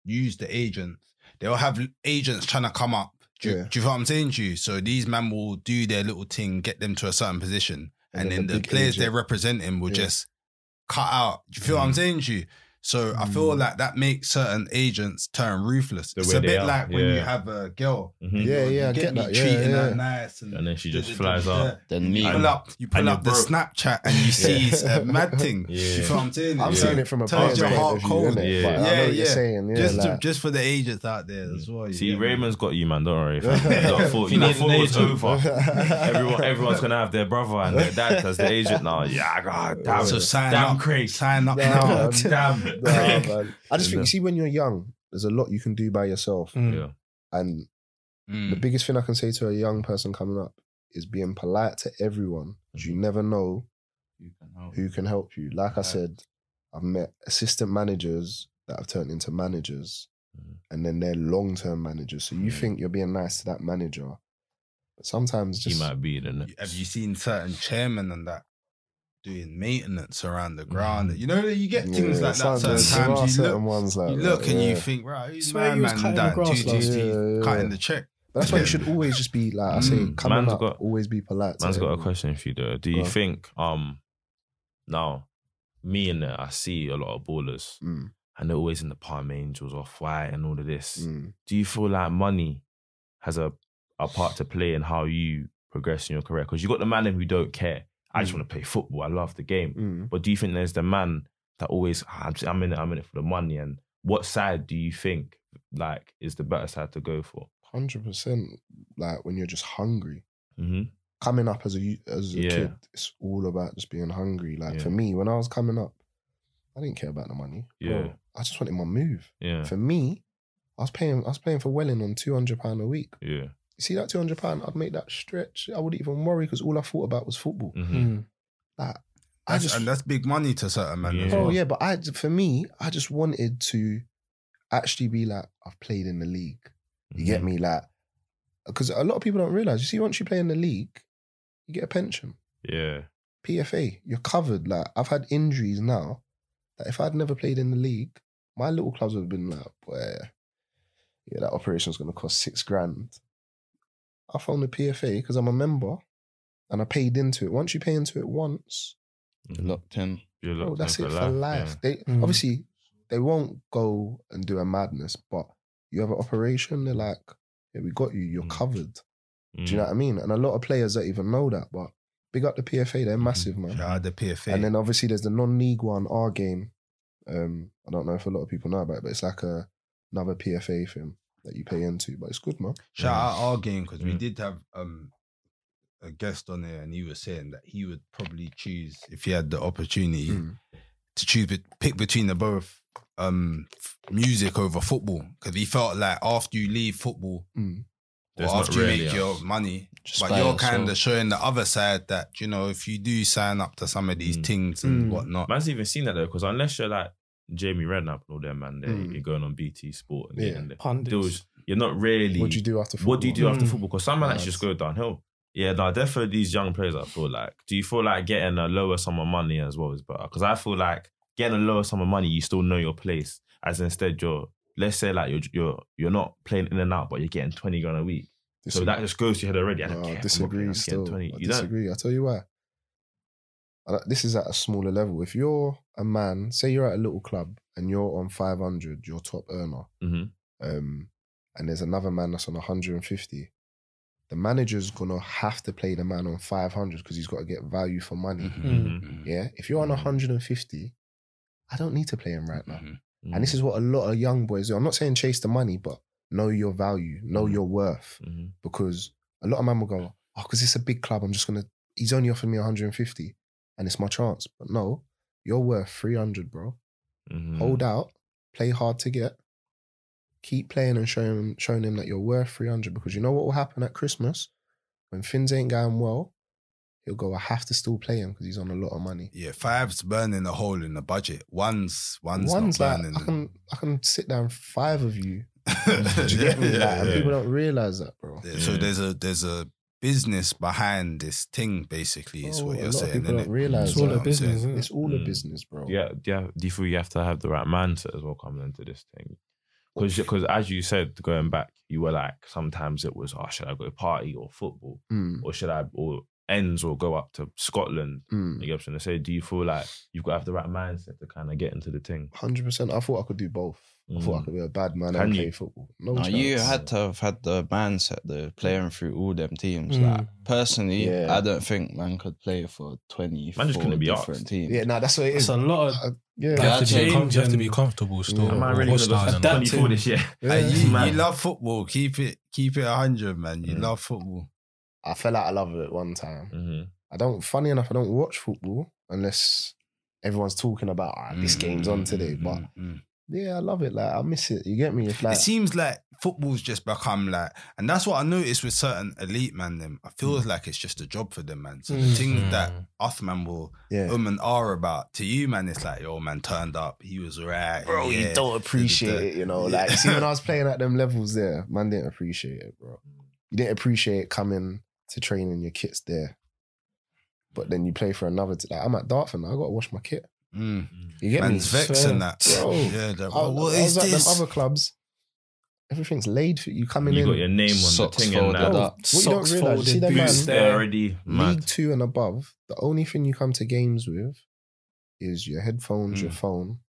G: use the agents. They'll have l- agents trying to come up. Do, you-
D: Yeah.
G: do you know what I'm saying to you? So these men will do their little thing, get them to a certain position, and, then the,
D: big
G: players they're
D: agent-
G: representing will
D: Yeah.
G: just cut out. Do you feel what I'm saying to you? So I feel
D: Mm.
G: like that makes certain agents turn ruthless.
B: The
G: it's
B: way
G: a
B: they
G: bit
B: are,
G: like when you
B: yeah.
G: have a girl.
B: Mhm.
G: and
D: Yeah,
G: you're-
D: yeah,
G: you
D: I get that, yeah,
G: treating her
D: yeah.
G: nice, and,
B: And then she just flies out.
E: Then me.
G: You
B: And-
G: pull up, you pull
B: and
G: up the
B: you're broke.
G: Snapchat, and
D: *laughs*
G: you see it's a mad thing.
B: Yeah.
G: You feel what I'm saying?
D: I'm
G: Yeah.
D: seeing it from a
G: Turns
D: player's
G: your
D: point
G: heart
D: of view,
G: cold.
D: innit?
B: Yeah.
D: But I know
G: Yeah,
D: what you're
G: yeah.
D: saying. Yeah,
G: just, to,
D: like-
G: just for the agents out there as well. you
B: See,
G: get me?
B: Raymond's got you, man. Don't worry. fam. You thought- you know, thought it was over. *laughs* Everyone, everyone's gonna have their brother and their dad as the agent now. Yeah, God, damn,
G: So sign
B: damn
G: up,
B: Craig,
G: sign up
D: Nah,
G: *laughs* now.
D: man.
B: damn
D: Nah,
B: Craig.
D: man. I just think you see when you're young, there's a lot you can do by yourself.
B: Yeah.
D: And the
G: Mm.
D: biggest thing I can say to a young person coming up is being polite to everyone.
B: Mm.
D: 'cause You never know who can help you. Like I
G: Right.
D: said, I've met assistant managers that have turned into managers,
B: Mhm.
D: and then they're long term managers. So you
B: Mhm.
D: think you're being nice to that manager, but sometimes
B: He
D: just
B: might be the next.
G: Have you seen certain chairmen and that doing maintenance around the
C: Mm-hmm.
G: ground? You know, you get things
D: Yeah,
G: like that.
D: sometimes there
G: Certain
D: are
G: times you
D: certain
G: look,
D: ones like
G: you
D: that,
G: look and
D: yeah.
G: you think, right, who's
C: Swear
G: my
C: he was
G: man
C: cutting the
G: that
C: grass
G: dude,
C: last
G: dude,
D: year. Yeah, yeah,
G: cutting
D: yeah.
G: the check?
D: That's why you
G: *laughs*
D: should always just be like I say,
G: Mm.
D: coming
B: Man's
D: up,
B: got-
D: always be polite. to
B: Man's got a
D: everyone.
B: question for you though. Do you
D: Go on.
B: think um now me and there, I see a lot of ballers
D: Mm,
B: and they're always in the Palm Angels off white and all of this.
D: mm.
B: Do you feel like money has a a part to play in how you progress in your career? Because you got the man who don't care. I just
D: Mm.
B: want to play football. I love the game.
D: Mm.
B: But do you think there's the man that always "Ah, I'm, just- I'm in it, I'm in it for the money? And what side do you think like is the better side to go for?
D: Hundred percent. Like when you're just hungry.
B: Mm-hmm.
D: Coming up as a you- as a
B: Yeah.
D: kid, it's all about just being hungry. Like
B: Yeah.
D: for me, when I was coming up, I didn't care about the money. Bro,
B: Yeah.
D: I just wanted my move.
B: Yeah,
D: For me, I was paying I was paying for Welling on two hundred pound a week.
B: yeah,
D: You see that two hundred pound? I'd make that stretch. I wouldn't even worry because all I thought about was football.
B: Mhm.
D: I
G: That's-
D: just
G: and that's big money to certain men. as
B: Yeah.
D: Oh
G: well.
D: yeah, but I for me, I just wanted to actually be like I've played in the league.
B: Mm-hmm.
D: You get me, like because a lot of people don't realize. You see, once you play in the league, you get a pension,
B: yeah,
D: PFA. You're covered. Like I've had injuries now that if I'd never played in the league, my little clubs would have been like, where yeah, that operation's gonna cost six grand. I phoned the PFA because I'm a member, and I paid into it. Once you pay into it once,
E: Locked him.
B: You're
D: Bro,
B: locked
D: that's
B: in
D: it for life.
B: yeah.
D: They
C: Mm.
D: obviously they won't go and do a madness, but you have an operation. They're like, yeah, we got you. You're
B: Mm.
D: covered. Do
B: Mm.
D: you know what I mean? And a lot of players don't even know that. But big up the PFA.
B: Mm-hmm.
D: They're massive, man.
G: Shout out the PFA.
D: And then obviously there's the non-league one, our game. Um, I don't know if a lot of people know about, it, but it's like a another PFA thing that you pay into. But it's good, man.
G: Shout out our game because we
B: Yeah.
G: did have um a guest on there, and he was saying that he would probably choose if he had the opportunity
D: Mm.
G: to choose bet- pick between the both um f- music over football because he felt like after you leave football
D: Mm.
G: or
B: There's not
G: after you
B: really
G: make
B: a-
G: your money,
E: Just
G: but
E: by
G: you're
E: yourself.
G: kind of showing the other side that you know if you do sign up to some of these
B: Mm.
G: things and
D: Mm.
G: whatnot,
B: Man's even seen that though, because unless you're like Jamie Redknapp and all them, man, they,
D: Mm.
B: you're going on BT Sport and
D: Yeah.
B: getting the
C: Pundits.
B: deals. You're not really.
D: What do you do after football?
B: What do you do after
C: Mm.
B: football? Because some man actually just go downhill. Yeah, no, definitely these young players. I feel like. Do you feel like getting a lower sum of money as well is better? Because I feel like getting a lower sum of money, you still know your place. As instead, you're let's say like you're you're you're not playing in and out, but you're getting twenty grand a week. So that just goes to your head already. I don't
D: No,
B: care.
D: I
B: I'm
D: Mm. disagree.
B: not playing, I'm
D: still,
B: getting 20.
D: I
B: You don't.
D: disagree. I tell you why. And that- This is at a smaller level. If you're a man, say you're at a little club and you're on 500, your top earner,
B: Mhm.
D: um, and there's another man that's on 150, the manager's gonna have to play the man on
C: Mm-hmm.
D: 500 because he's got to get value for money.
C: Mm.
D: Yeah. If you're on
B: Mhm.
D: 150, I don't need to play him right now.
E: Mm-hmm.
G: Mhm.
B: Mm-hmm.
D: And this is what a lot of young boys do. I'm not saying chase the money, but know your value, know your worth.
B: Mhm.
D: Because a lot of men will go, oh, because it's a big club. I'm just going to, he's only offering me 150 and it's my chance. But no, you're worth 300, bro.
B: Mhm.
G: Mm.
D: Hold out, play hard to get, keep playing and showing him, showing him that you're worth 300. Because you know what will happen at Christmas? When things ain't going well, he'll go, I have to still play him because he's on a lot of money.
G: Yeah, five's burning a hole in the budget. One's one's,
D: One's
G: not
D: like,
G: burning.
D: I can, I can sit down five of you
G: *laughs*
D: Do you
G: yeah,
D: get me? Like, and
B: yeah.
D: people don't realize that, bro.
G: yeah. So
B: Yeah.
G: there's a there's a business behind this thing. Basically, is
D: Bro, Oh, a lot
G: what you're
D: of
G: saying.
D: people
G: innit?
D: don't realize
C: It's all
D: that.
C: a business, isn't
D: It's
C: it?
D: all a
B: Mm.
D: business, bro.
B: Yeah, yeah. Do you feel you have to have the right mindset as well coming into this thing? Because, because as you said, going back, you were like, sometimes it was, oh, should I go party or football,
D: Mm,
B: or should I or ends or go up to Scotland?
D: mm.
B: You get what I'm trying to say? Do you feel like you've got to have the right mindset to kind of get into the thing?
D: 100%. I thought I could do both. I thought I
B: Mm.
D: could be a bad man
B: Can
D: and
B: you?
D: play football. No,
E: No, you
D: chance.
E: had to have had the mindset though, playing through all them teams.
C: Mm.
E: Like personally,
D: Yeah.
E: I don't think man could play for twenty
B: Man just couldn't be
E: different
B: asked.
E: teams.
D: Yeah, nah, that's what it
C: It's
D: is.
C: a lot of
D: Uh, yeah.
F: You
E: Yeah,
F: have, to be
C: change
F: com- you have to be
C: and-
F: comfortable still.
D: Am
B: Am I
F: or
B: really going to
F: hostile and-
B: go
C: Adapt-
B: 24 this year? *laughs*
D: yeah.
G: And you, you
B: Man.
G: love football. Keep it keep it hundred, man. You
B: Mm.
G: love football.
D: I fell out of love with it one time.
B: Mhm.
D: I don't, funny enough, I don't watch football unless everyone's talking about "Ah, this game's on today. But
G: Mm, mm, mm.
D: yeah, I love it. Like, I miss it. You get me? It's like,
G: it seems like football's just become like, and that's what I noticed with certain elite man. Them, I feel
D: Mm.
G: like it's just a job for them, man. So the
C: Mm.
G: things
F: Mm.
G: that us man will
D: yeah.
G: um and are about to you, man, it's like your man turned up. He was right,
D: bro, you
G: yeah.
D: don't appreciate it, you know. Like, see, when I
G: *laughs*
D: was playing at them levels there, man didn't appreciate it, bro.
G: Mm.
D: You didn't appreciate coming to train and your kit's there. But then you play for another. T- like, I'm at Dartford now. I got to wash my kit.
G: Mm.
D: You get
G: Man's
D: me?
G: vexing and that.
D: Bro,
G: yeah, they're like,
D: I, I
G: what
D: was
G: is this?
D: at them other clubs. Everything's laid for you coming
B: You
D: in.
B: got your name on
E: Socks
B: the thing and
E: folded
B: that.
E: up.
D: what you don't realize,
C: socks
D: you see
C: folded,
D: them man,
C: boots
B: They're
C: there.
B: already
D: League
B: mad.
D: two and above, the only thing you come to games with is your headphones, your
G: Mm.
D: phone.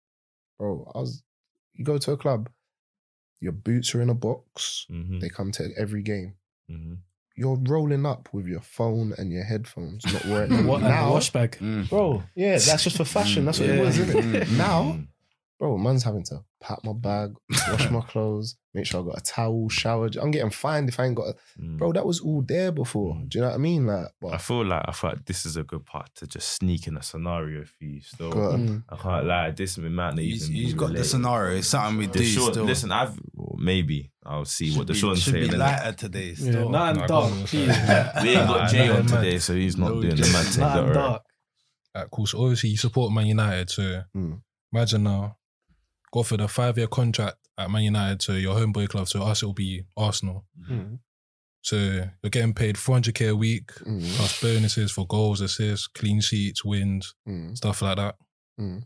D: Bro, I was you go to a club, your boots are in a box,
B: Mhm,
D: they come to every game.
B: mhm.
D: You're rolling up with your phone and your headphones, not
C: *laughs*
D: wearing them.
C: What, and the
D: now,
C: wash bag.
G: Mm.
D: bro.
B: mm-hmm.
C: *laughs*
D: Yeah, that's just for fashion. That's what
C: Yeah.
D: it was, isn't it?
G: Mm.
B: hmm,
D: Now, bro, man's having to pack my bag, wash my clothes, make sure I got a towel, shower. I'm getting fined if I ain't got a
B: Mm.
D: bro. That was all there before. Do you know what I mean? Like,
B: I
D: but
B: feel like I thought this is a good part to just sneak in a scenario for you still.
D: God,
B: I can't lie, this might not
G: he's,
B: even be
G: he's got the
B: related.
G: scenario. It's something we
B: The
G: do
B: Sean-
G: still.
B: Listen, I've maybe I'll see what
G: should
B: the
G: be,
B: Sean's
G: should
B: saying.
G: be
B: innit?
G: lighter today.
C: Yeah,
G: Still.
C: not in
F: Nah,
C: dark,
F: go on,
G: *laughs*
C: please.
F: sorry.
B: We ain't got
F: Nah,
B: Jay
F: nah,
B: on
F: man.
B: today, so he's not
F: No
B: doing the
F: Jay.
B: mad thing.
C: Not
B: don't
C: in
B: worry.
C: dark.
F: Like, cool. So obviously you support Man United. So
D: Mm.
F: imagine now, go for the five year contract at Man United to your homeboy club. So us, it'll be Arsenal.
C: Mm.
F: So you're getting paid 400k a week
D: mm,
F: plus bonuses for goals, assists, clean sheets, wins,
D: mm,
F: stuff like that.
D: Mm.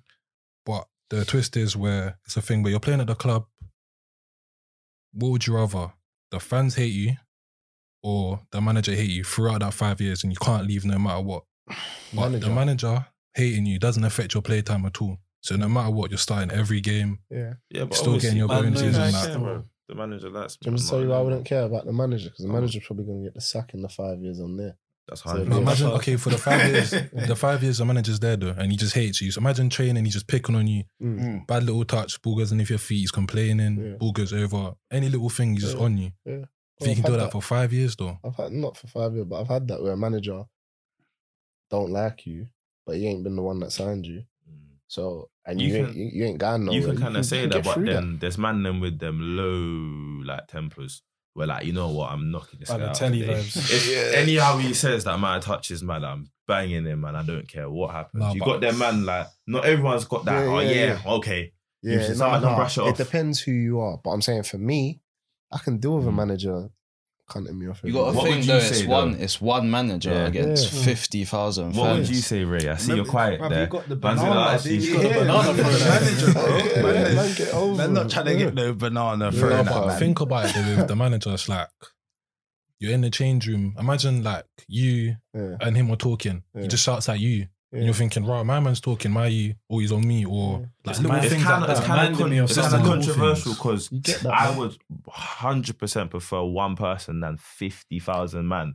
F: But the twist is where it's a thing where you're playing at the club. What would you rather? The fans hate you or the manager hate you throughout that five years and you can't leave no matter what? But
D: Manager.
F: the manager hating you doesn't affect your playtime at all. So no matter what, you're starting every game.
D: yeah.
B: Yeah, but
F: Still getting your
B: obviously-
C: going
B: Man,
C: season
B: no, I
C: now.
B: care, bro. The manager likes
D: Do you want me to tell you why I wouldn't care about the manager? Because the manager's probably going to get the sack in the five years on there.
B: That's
D: So-
B: hard.
F: Now
D: *laughs* Yeah.
F: imagine, okay, for the five
D: *laughs*
F: years, the five years the manager's there though, and he just hates you. So imagine training, he's just picking on you.
D: Mm.
F: Bad little touch, ball goes underneath your feet, he's complaining,
D: Yeah.
F: ball goes over. Any little thing, he's just
D: Yeah.
F: on you. If
D: Well,
F: you
D: I've
F: can do
D: had
F: that, for five years though.
D: I've had not for five years, but I've had that where a manager don't like you, but he ain't been the one that signed you. So and you,
B: You
D: ain't
B: can-
D: you, you ain't gone nowhere.
B: Mm. you can kind of
D: you
B: say
D: can
B: that,
D: get
B: but
D: through
B: then there's man them with them low like tempers. Where like you know what I'm knocking this
C: Like
B: guy
C: the
B: out
C: telly
B: today.
C: vibes.
B: If anyhow he says that man touches man, I'm banging him man. I don't care what happens.
F: Nah,
B: you
F: but-
B: got that man like not everyone's got that.
D: Yeah,
B: oh
D: yeah,
B: yeah,
D: yeah.
B: okay. You
D: Yeah,
B: should-
D: no,
B: someone can
D: no,
B: brush it
D: it
B: off.
D: depends who you are. But I'm saying for me, I can deal with a
B: Mm.
D: manager cunting me off.
E: You
D: every
E: got to
D: day.
B: What
E: think
B: would you
E: though, it's
B: say,
E: one
B: though?
E: it's one manager
B: Yeah.
E: against
C: Yeah.
E: fifty thousand
B: What would
E: fans.
B: you say, Ray? I see you're quiet
G: Bruv,
B: there.
G: You got the
B: Man's
G: banana.
B: gonna ask you,
G: dude.
B: you
D: *laughs*
C: got the
G: Yeah,
C: banana
G: man,
C: for that.
G: manager, bro.
D: Yeah,
G: Man,
D: man, get over
G: man not
D: it.
G: trying to
D: Yeah.
G: get no banana
D: Yeah,
G: for
D: but
G: that,
F: But
G: man.
F: think about it though, with the manager, it's like you're in the change room. Imagine like you
D: Yeah,
F: and him are talking.
D: Yeah.
F: He just shouts at you.
D: yeah.
F: And you're thinking, right, my man's talking, my you, or he's on me, or
D: Yeah.
F: like
C: It's
F: little
C: mad.
B: it's
F: things
B: kind
F: like
B: of it's
F: that.
B: kind
C: Reminded
B: of
C: me of something.
B: controversial because
D: You get that,
B: I
D: man.
B: would hundred percent prefer one person than fifty thousand man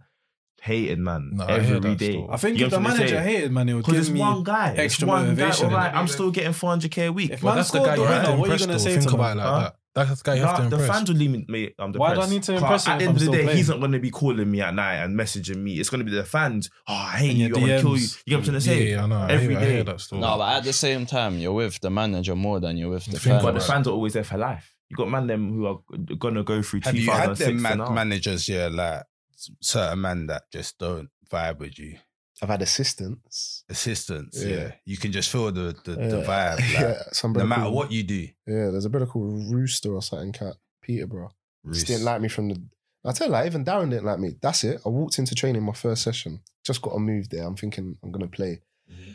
B: hated man
F: No, I hear
B: every
F: that
B: day.
F: still.
C: I think
B: You
C: if
B: know
C: the
B: what I'm
C: manager
B: saying?
C: hated man, it would
B: Because
C: give
B: it's
C: me.
B: one guy. It's
C: extra
B: one
C: motivation.
B: guy. All right, I'm still getting 400k a week.
C: If
F: But
C: man
F: that's the
C: scored
F: guy
C: the
F: you have to
C: winner, what are you
F: impress.
C: gonna
F: Though.
C: say to
F: Think
C: them?
F: about it like
B: Huh?
F: that. That's the guy you have to
B: Nah, the
F: impress.
B: fans will leave me. Mate, I'm
C: Why
B: depressed.
C: do I need to
B: But
C: impress him
B: At the end
C: if I'm
B: of the
C: still
B: day,
C: playing?
B: he's not going to be calling me at night and messaging me. It's going to be the fans. Oh, I hate
C: In
B: you.
C: your
B: I want to kill you.
C: DMs.
B: You get what I'm trying to
F: yeah,
B: say?
F: yeah, I know. I
B: Every
F: hear, I hear
B: day.
F: that still.
E: No, but at the same time, you're with the manager more than you're with the
F: Think
E: fans.
F: about
B: But the fans are always there for life. You got man them who are going to go through
G: Have you had
B: 2006
G: them mad
B: and up.
G: managers, yeah, like s- certain man that just don't vibe with you?
D: I've had assistants.
G: Assistants, yeah.
D: Yeah.
G: You can just feel the the, the
D: Yeah.
G: vibe.
D: *laughs*
G: Like,
D: yeah, some
G: No
D: brother
G: matter
D: called-
G: what you do,
D: Yeah, there's a brother called Rooster or something, cat Peterborough. Just didn't like me from the. I tell you, like, even Darren didn't like me. That's it. I walked into training my first session. Just got a move there. I'm thinking I'm gonna play.
G: Mm-hmm.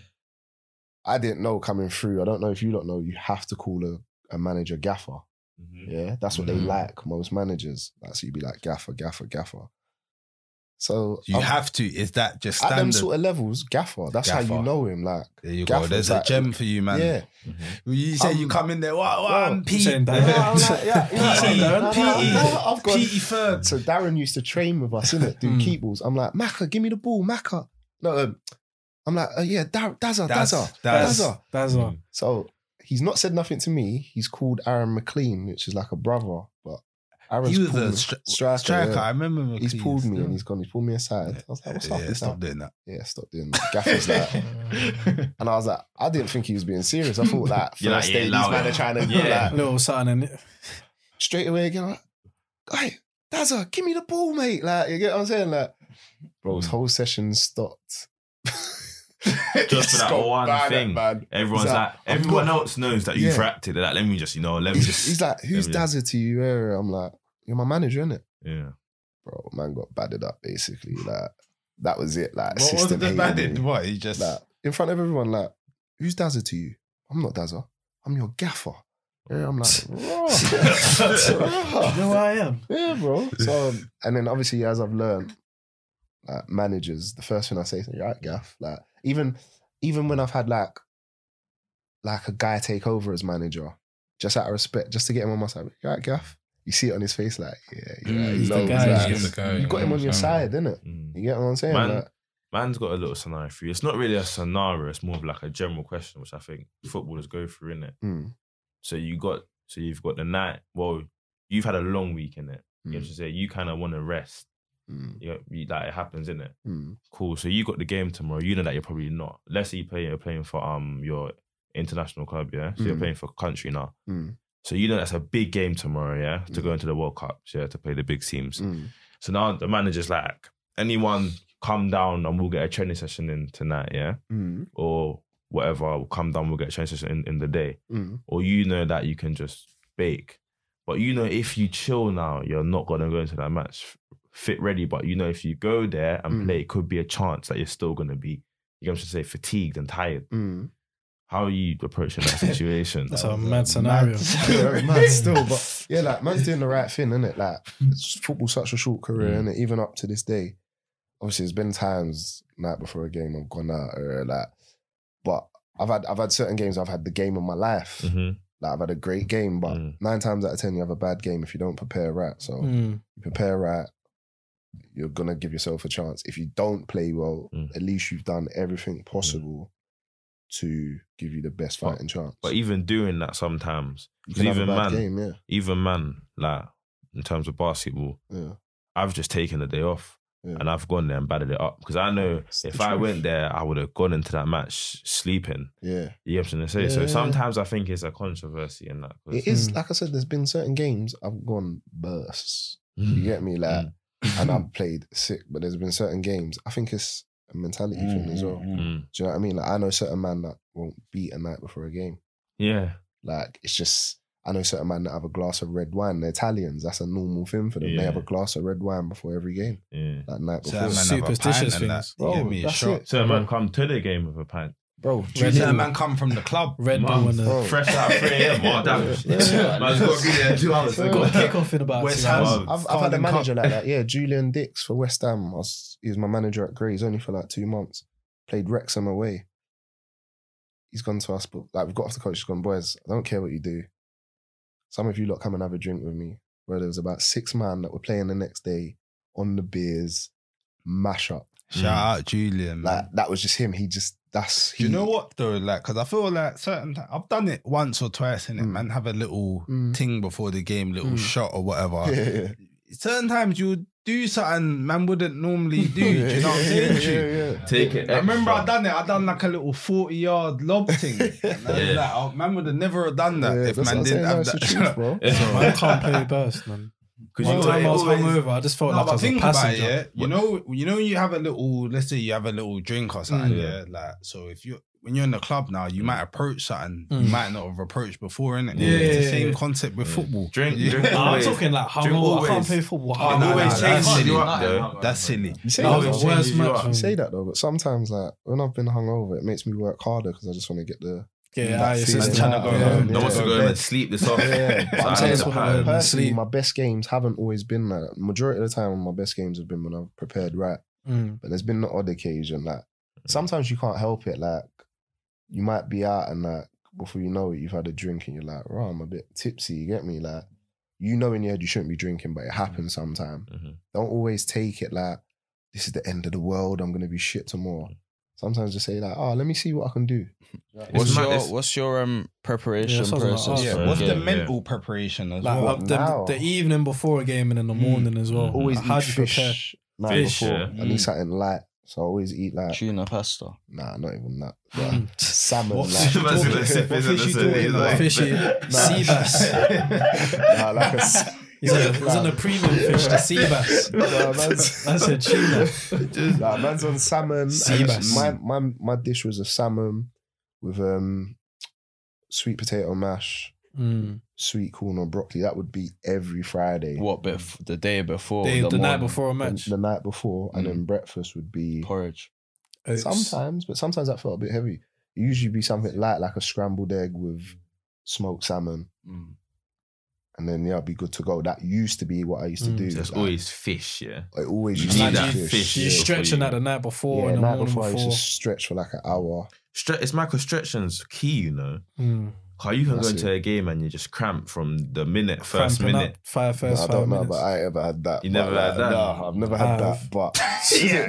D: I didn't know coming through. I don't know if you don't know. You have to call a, a manager gaffer.
B: Mm-hmm.
D: Yeah, that's what they
G: Mm-hmm.
F: Mhm.
D: like most managers. That's you'd be like gaffer, gaffer, gaffer. So
G: you
D: I'm-
G: have to. Is that just
D: at them
G: standard?
D: sort of levels, gaffer. That's how
G: Gaffer.
D: you know him. Like,
G: there you go.
D: Gaffer's
G: There's a
D: like-
G: gem for you, man.
D: yeah,
G: You say you
D: Um,
G: come in there. What? what
D: well,
G: I'm
D: I'm
G: Pete. *laughs*
D: *laughs*
C: saying that.
D: Yeah, I'm like, Oh, yeah,
G: Pete,
D: yeah. No, no,
G: E.
D: no, I've
G: Pete,
D: got-
G: Pete third.
D: E. So Darren used to train with us, innit? Do
G: Hmm.
F: Mm.
D: keep balls. I'm like, Maka, give me the ball, Maka. No, um, I'm like, uh, yeah, Dar- Dazza,
G: That's-
D: Dazza,
G: that's-
D: Dazza.
C: That's what.
D: So he's not said nothing to me. He's called Aaron McLean, which is like a brother, but Aaron's
G: He was
D: pulled
G: a
D: me-
G: stri-
D: striker.
G: striker.
D: yeah.
G: I remember. him.
D: He's pulled me and he's
G: he's
D: gone. He's pulled me aside. I was like, "What's up?"
G: Yeah,
D: He's
G: stop
D: like,
G: doing that.
D: yeah, stop doing that. Gaffer's like,
G: *laughs*
F: that.
D: and I was like, I didn't think he was being serious. I thought that
G: *laughs*
D: first
B: You're like, yeah,
D: day these
B: allow
D: men
B: it.
D: are trying to
B: Yeah.
D: like,
C: Little something in it.
D: straight away again. I'm Like, hey, Dazza, give me the ball, mate. Like, you get what I'm saying? Like, bro, his whole session stopped. *laughs*
B: Just for that one thing.
D: man.
B: Everyone's
D: He's
B: like,
D: like, I've
B: everyone
D: got-
B: else knows that you've
D: Yeah.
B: acted. They're like, let me just, you know, let me
D: He's,
B: just.
D: he's like, who's
B: Yeah.
D: Dazza to you? Yeah, I'm like, you're my manager, innit?
B: yeah.
D: Bro, man got badded up basically. Like, that was it. Like,
G: What was
D: system
G: the
D: hated
G: man
D: me.
G: did? What? He just.
D: Like, in front of everyone, like, who's Dazza to you? I'm not Dazza. I'm your gaffer.
B: *laughs*
D: Yeah, I'm like, *laughs* "Oh."
C: You know who I am?
D: Yeah, bro. So, um, *laughs* and then obviously, as I've learned, like managers, the first thing I say is, "You're right, Gaff." Like even, even when I've had like, like a guy take over as manager, just out of respect, just to get him on my side. "You're right, Gaff. You see it on his face, like, yeah, you
G: Mm,
D: right,
G: he's
D: he
G: the
D: knows,
C: guy,
D: like,
C: he's
F: the guy,
D: You got him on your
F: 100%.
D: side, innit?
B: Mm.
D: You get what I'm saying?
B: Man,
D: Like,
B: Man's got a little scenario for you. It's not really a scenario, it's more of like a general question, which I think footballers go through, innit?
D: mm,
B: So you got so you've got the night. Well, you've had a long week in it. You know what I'm saying? You kind of want to rest.
D: mm,
B: You, know, you like it happens in it.
D: mm,
B: Cool. So you got the game tomorrow. You know that you're probably not. Let's say you play, you're playing for um your international club, yeah. So you're
D: Mm.
B: playing for country now.
D: Mm.
B: So you know that's a big game tomorrow, yeah, to go
D: Mm.
B: into the World Cups, yeah, to play the big teams.
D: mm.
B: So now the manager's like, anyone come down and we'll get a training session in tonight, yeah,
D: Mm,
B: or whatever. We'll come down, we'll get a training session in, in the day
D: mm,
B: or you know that you can just bake. But you know, if you chill now, you're not gonna go into that match f- fit ready. But you know, if you go there and
D: Mm.
B: play, it could be a chance that you're still gonna be, you know, what I'm trying to say fatigued and tired.
D: mm.
B: How are you approaching
D: *laughs*
B: that situation?
C: That's a mad *laughs* scenario.
B: *laughs*
D: Yeah, man, still, but yeah, like man's doing the right thing, isn't it? Like it's- football's such a short career,
B: Mm.
D: and even up to this day, obviously, there's been times night before a game I've gone out or like, but I've had I've had certain games I've had the game of my life. *laughs*
B: Mhm.
D: Like I've had a great game, but
B: Mm.
D: nine times out of ten you have a bad game if you don't prepare right. So
C: Mm.
D: you prepare right, you're gonna give yourself a chance. If you don't play well,
B: Mm.
D: at least you've done everything possible to give you the best
B: But-
D: fighting chance.
B: But even doing that sometimes,
D: you can have a
B: even
D: bad
B: man-
D: game, yeah,
B: even man, like in terms of basketball,
D: yeah.
B: I've just taken the day off
D: Yeah.
B: and I've gone there and battered it up because I know
D: It's the
B: if I
D: truth.
B: went there, I would have gone into that match sleeping.
D: Yeah.
B: You know what I'm trying to say? So
D: Yeah.
B: sometimes I think it's a controversy in that. 'cause-
D: It is,
G: Hmm.
C: Mm.
D: like I said, there's been certain games I've gone bursts. You
G: Hmm.
B: Mm.
D: get me? Like, and
G: *laughs*
D: I've played sick, but there's been certain games. I think it's a mentality thing as
G: Hmm,
D: well.
B: Mm.
D: Do you know what I mean? Like, I know certain man that won't beat a night before a game.
B: Yeah.
D: Like, it's just, I know certain man that have a glass of red wine. They're Italians. That's a normal thing for them. They have
B: Yeah.
D: a glass of red wine before every game,
B: Yeah.
D: that night before.
G: Certain man have a
C: Superstitious
G: pint and
C: things.
G: That, you get
D: Bro,
G: me a
D: that's
G: shot.
D: it.
B: So a man come to the game with a pint.
D: Bro, do
C: Red
D: you
G: Certain
D: know-
G: man come from the club.
D: Mm.
C: Red
B: Mum.
C: Bull and a
D: Bro.
B: Fresh out at 3 a.m. What damage.
D: *laughs* Yeah.
B: *laughs*
D: Yeah.
B: Man's got to be there in two hours.
D: Yeah.
C: got a kickoff in about
G: West
C: two
G: Ham.
C: hours.
D: I've, I've had a
G: Carling Cup.
D: manager like that. Yeah, Julian Dix for West Ham. I was, he was my manager at Grays only for like two months. Played Wrexham away. He's gone to us, but like we've got off the coach. He's gone, boys. I don't care what you do. Some of you lot come and have a drink with me. Where there was about six man that were playing the next day on the beers, mash up.
G: Shout out Julian. man.
D: Like that was just him. He just that's he,
G: Mm. Do you know what though? Like, because I feel like certain ti- I've done it once or twice in it,
D: Mm.
G: man. Have a little
D: Mm.
G: thing before the game, little
D: Mm.
G: shot or whatever.
D: *laughs* Yeah, yeah, yeah.
G: Certain times you do something man wouldn't normally do. do you know what I'm saying? to you?
D: *laughs* Yeah, yeah.
B: Take it.
G: I remember I done it. I done like a little forty yard
D: *laughs*
G: lob thing. And I was
B: Yeah.
G: like, oh, man would have never have done that
D: Yeah,
G: if
D: that's what
G: man
D: I'm saying,
G: didn't have
D: that's
G: that.
D: the
G: *laughs*
D: truth, bro.
C: I can't play burst, man.
B: Because
C: One
B: you
G: Well,
C: time I was
B: always-
C: hungover, I just felt
G: No,
C: like I
G: but
C: was a
G: think about it,
C: passenger.
G: yeah. You know, you know, you have a little. Let's say you have a little drink or something,
B: Mm.
G: yeah. Like, so if you when you're in the club now, you might approach something
C: Mm.
G: you might not have approached before, innit?
B: Yeah,
G: it's the
C: yeah,
G: same
C: yeah.
G: concept with
B: Yeah.
G: football.
B: Drink,
D: *laughs*
G: Yeah.
B: drink.
C: Nah, I'm
B: Always.
C: talking like
B: Do
C: hungover. I can't
B: always.
C: play football.
G: Oh,
C: hungover.
G: no,
B: always
G: no,
B: changing
G: that's silly.
B: you up, though.
G: *laughs* That's silly.
D: You say,
C: That
D: that,
C: was
B: Always
C: the worst
B: changes you
C: match.
B: up.
D: you
C: man.
D: say that though, but sometimes like when I've been hungover, it makes me work harder because I just want to get the
C: Yeah,
D: that
C: aye, it's
D: feeling.
C: just
G: Man, tryna
C: that.
G: go
C: Yeah.
G: home.
B: No wants to
G: Yeah.
B: go home and sleep this off. *laughs*
D: *laughs* Yeah, but I'm
B: so I
D: saying
B: need
D: it's
B: to
D: one
C: of
B: pattern.
C: them.
B: *laughs*
D: personally,
C: Sleep.
D: my best games haven't always been like that. Majority of the time, my best games have been when I've prepared right.
C: Mm.
D: But there's been the odd occasion like sometimes you can't help it. Like you might be out and like before you know it, you've had a drink and you're like, "Right, I'm a bit tipsy." You get me? Like you know in your head you shouldn't be drinking, but it happens sometime.
B: Mhm.
D: Don't always take it like this is the end of the world. I'm gonna be shit
C: Mm.
D: tomorrow. Sometimes just say like, "Oh, let me see what I can do."
E: What's
B: It's mad,
E: your
B: it's-
E: what's your um preparation
C: sounds like
E: process?
C: us.
G: Yeah,
B: Yeah,
G: what's
B: yeah.
G: the mental preparation as
B: *laughs*
C: Like
G: well?
C: up the,
D: now?
C: the evening before a game and in the
G: Mm.
C: morning as well.
B: Mhm.
D: Always
C: How
D: eat
C: do you prepare?
D: fish. Night
B: Fish,
D: before,
B: yeah.
D: I need
G: Mm.
D: something light, so I always eat like
E: Tuna pasta.
D: Nah, not even
C: *laughs*
D: that. But
C: Mm.
D: salmon.
G: What-
D: like,
G: What
B: Imagine
G: fish-
B: that
G: what
B: sip is
G: fish you
B: in the
G: doing?
B: city,
G: Like,
B: like- *laughs*
C: Fishy, sea bass.
G: *laughs*
D: nah, like a s-
C: He's on a, he's on a premium fish, the sea bass.
G: *laughs*
D: nah,
C: *laughs*
D: man's,
C: I said tuna.
D: nah, man's on salmon.
C: Sea bass.
D: My my my dish was a salmon with um sweet potato mash,
C: Mm.
D: sweet corn or broccoli. That would be everry Friday.
E: What bef- Oh, the day before?
C: Day, the night
E: morning?
C: before a
D: The,
C: match. Mm.
D: the night before, and then breakfast would be
E: Porridge.
C: Oats.
D: sometimes, but sometimes that felt a bit heavy. It usually be something light, like a scrambled egg with smoked salmon,
E: Mm.
D: and then yeah, I'd be good to go. That used to be what I used to
C: Mm.
D: do.
B: There's
D: like,
B: always fish, yeah.
D: I always
B: You
D: used
C: need
D: to
C: that
D: fish.
B: fish,
C: So you're
B: Yeah.
C: stretching out the night before
D: Yeah,
C: and the
D: night
C: morning
D: before, I
C: before.
D: used to stretch for like an hour.
B: Stre- it's Michael Stretching's key, you know.
C: Mm.
B: How you can
D: That's
B: go into a game and you just cramp from the minute, first
C: Cramping
B: minute.
C: Up, five
D: But
C: first
D: I
C: five
D: don't know,
C: minutes.
D: but I ain't ever had that.
B: You
D: But, uh,
B: never had that?
D: Nah, I've never had that.
C: I've.
D: But *laughs*
G: Yeah.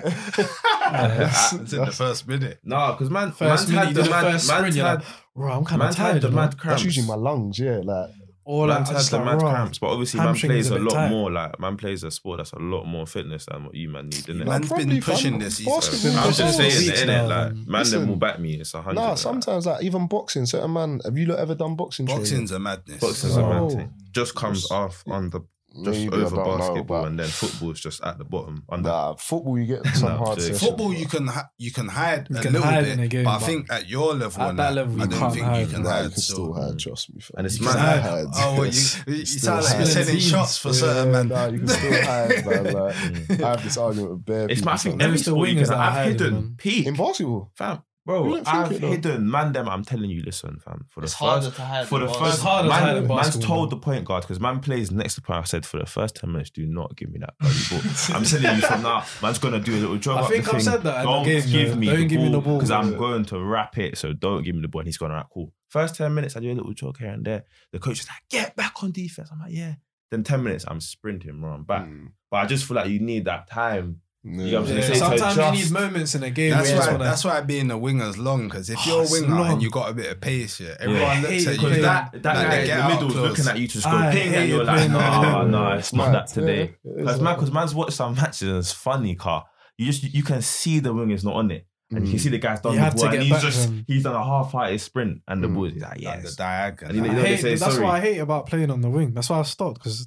C: That's-
G: It's in the first minute.
B: Nah, because man,
C: First
B: man's
C: minute,
B: had
C: you
B: the
C: do the
B: mad,
C: first
B: man's
C: sprint, you're
B: had,
C: like, bro, I'm kind of
B: man's had
C: tired.
B: the
C: you know?
B: mad cramps.
D: that's usually my lungs. Yeah, like
C: All I'm
B: man's had
C: just
B: the
C: like,
B: mad
C: "Rah."
B: cramps, but obviously man
C: hamstrings
B: plays
C: a
B: a
C: bit
B: lot
C: tight.
B: more. Like man plays a sport that's a lot more fitness than what you man need, innit?
D: Man,
G: Man's
D: probably,
G: been pushing
D: fam.
G: this. he's-
D: Basketball
B: I'm
D: It's
B: just
D: always
B: saying,
C: weeks
B: innit?
C: now,
B: like
C: man.
B: man, them
D: Listen.
B: will back me. It's a hundred.
D: nah.
B: like,
D: Sometimes like even boxing. Certain man, have you lot ever done boxing? training?
G: Boxing's a madness.
B: boxing's a
D: No.
B: mad thing. Just comes off on the just
D: Maybe, I
B: over
D: don't know,
B: basketball,
D: but-
B: and then
D: *laughs*
B: football's just at the bottom. Under
D: Nah, football you get
B: *laughs*
D: some
B: Nah,
D: hard
B: dude.
D: sessions.
G: Football, you can hi- you can hide
C: You
G: a
C: can
G: little
C: hide
G: bit,
C: in a game,
G: but I
C: but
G: think at your level,
C: at
G: and
C: that
G: that,
C: level,
G: I
C: you
G: don't
C: can't
G: think you
C: hide.
G: can
D: Nah,
G: hide.
D: you can
G: so-
D: still hide. Trust me, fam.
B: And it's
D: You
B: mad.
D: can
C: Nah,
D: hide.
G: Oh,
D: *laughs*
G: well, you, you,
D: Still
G: you sound like you're
D: hide. *laughs*
G: sending shots for certain man.
D: Nah, you can still hide, man.
C: *laughs*
D: Like, I have this argument with bare
B: It's
D: people.
B: my thing.
D: fam.
B: Every
C: It's the
B: sport you
C: wingers
B: can,
C: that are
B: I've
C: hiding,
B: hidden
C: man.
B: peak,
D: in basketball.
B: fam,
D: You
B: bro.
D: don't think
B: I've
D: it, though.
B: hidden man. Them, I'm telling you, listen, fam. For the
E: It's harder
B: first,
E: to hide.
B: for the
E: than
B: first,
E: basketball.
C: harder to hide
B: man,
C: in
B: man's
C: basketball,
B: told
C: though.
B: the point guard because man plays next to the point. I said for the first ten minutes, do not give me that bloody
C: *laughs*
B: ball. I'm telling you from now, man's gonna do a little jog
C: I
B: up
C: think
B: the
C: I've
B: thing.
C: said that in the
B: Don't
C: game,
B: give
C: yeah.
B: me
C: Don't
B: the
C: give
B: ball,
C: me the ball.
B: because I'm
C: Yeah.
B: going to wrap it. So don't give me the ball. And he's going, all right, cool. First ten minutes, I do a little jog here and there. The coach is like, get back on defense. I'm like, yeah. Then ten minutes, I'm sprinting, bro. I'm back.
G: Mm.
D: Hmm,
B: But I just feel like you need that time. You know what I'm
C: Yeah,
B: saying? So
C: Sometimes you
B: just-
C: need moments in a game
G: That's
C: where you just
G: why,
C: want
G: that's
C: to.
G: why being a winger's long because if
C: Oh,
G: you're a
C: it's
G: winger
C: long.
G: and you got a bit of pace, yeah,
B: Yeah.
G: everyone looks at you.
B: Because that, that
G: like,
B: guy
G: they
B: in
G: get
B: the
G: out
B: middle was
G: close.
B: looking at you to score
C: I
B: ping, and
C: hate
B: you're like,
C: playing that
B: no,
C: game.
B: no, "Oh, it's not
D: mad.
B: that today.
D: Yeah, it is
B: Because
D: mad.
B: man, because man's watched some matches and it's funny, car. You just you can see the wing is not on it, and you can
D: Mm.
B: see the guy's done
C: You
B: the
C: have to Hmm.
B: ball, and
C: get
B: he's
C: back
B: just
C: then.
B: he's done a half-hearted sprint, and the
D: Mm.
B: ball is like,
G: Like the
B: yes,
G: diagonal.
B: And you know-
C: I
B: you know they
C: hate,
B: say
C: that's
B: sorry.
C: what I hate about playing on the wing. That's why I stopped because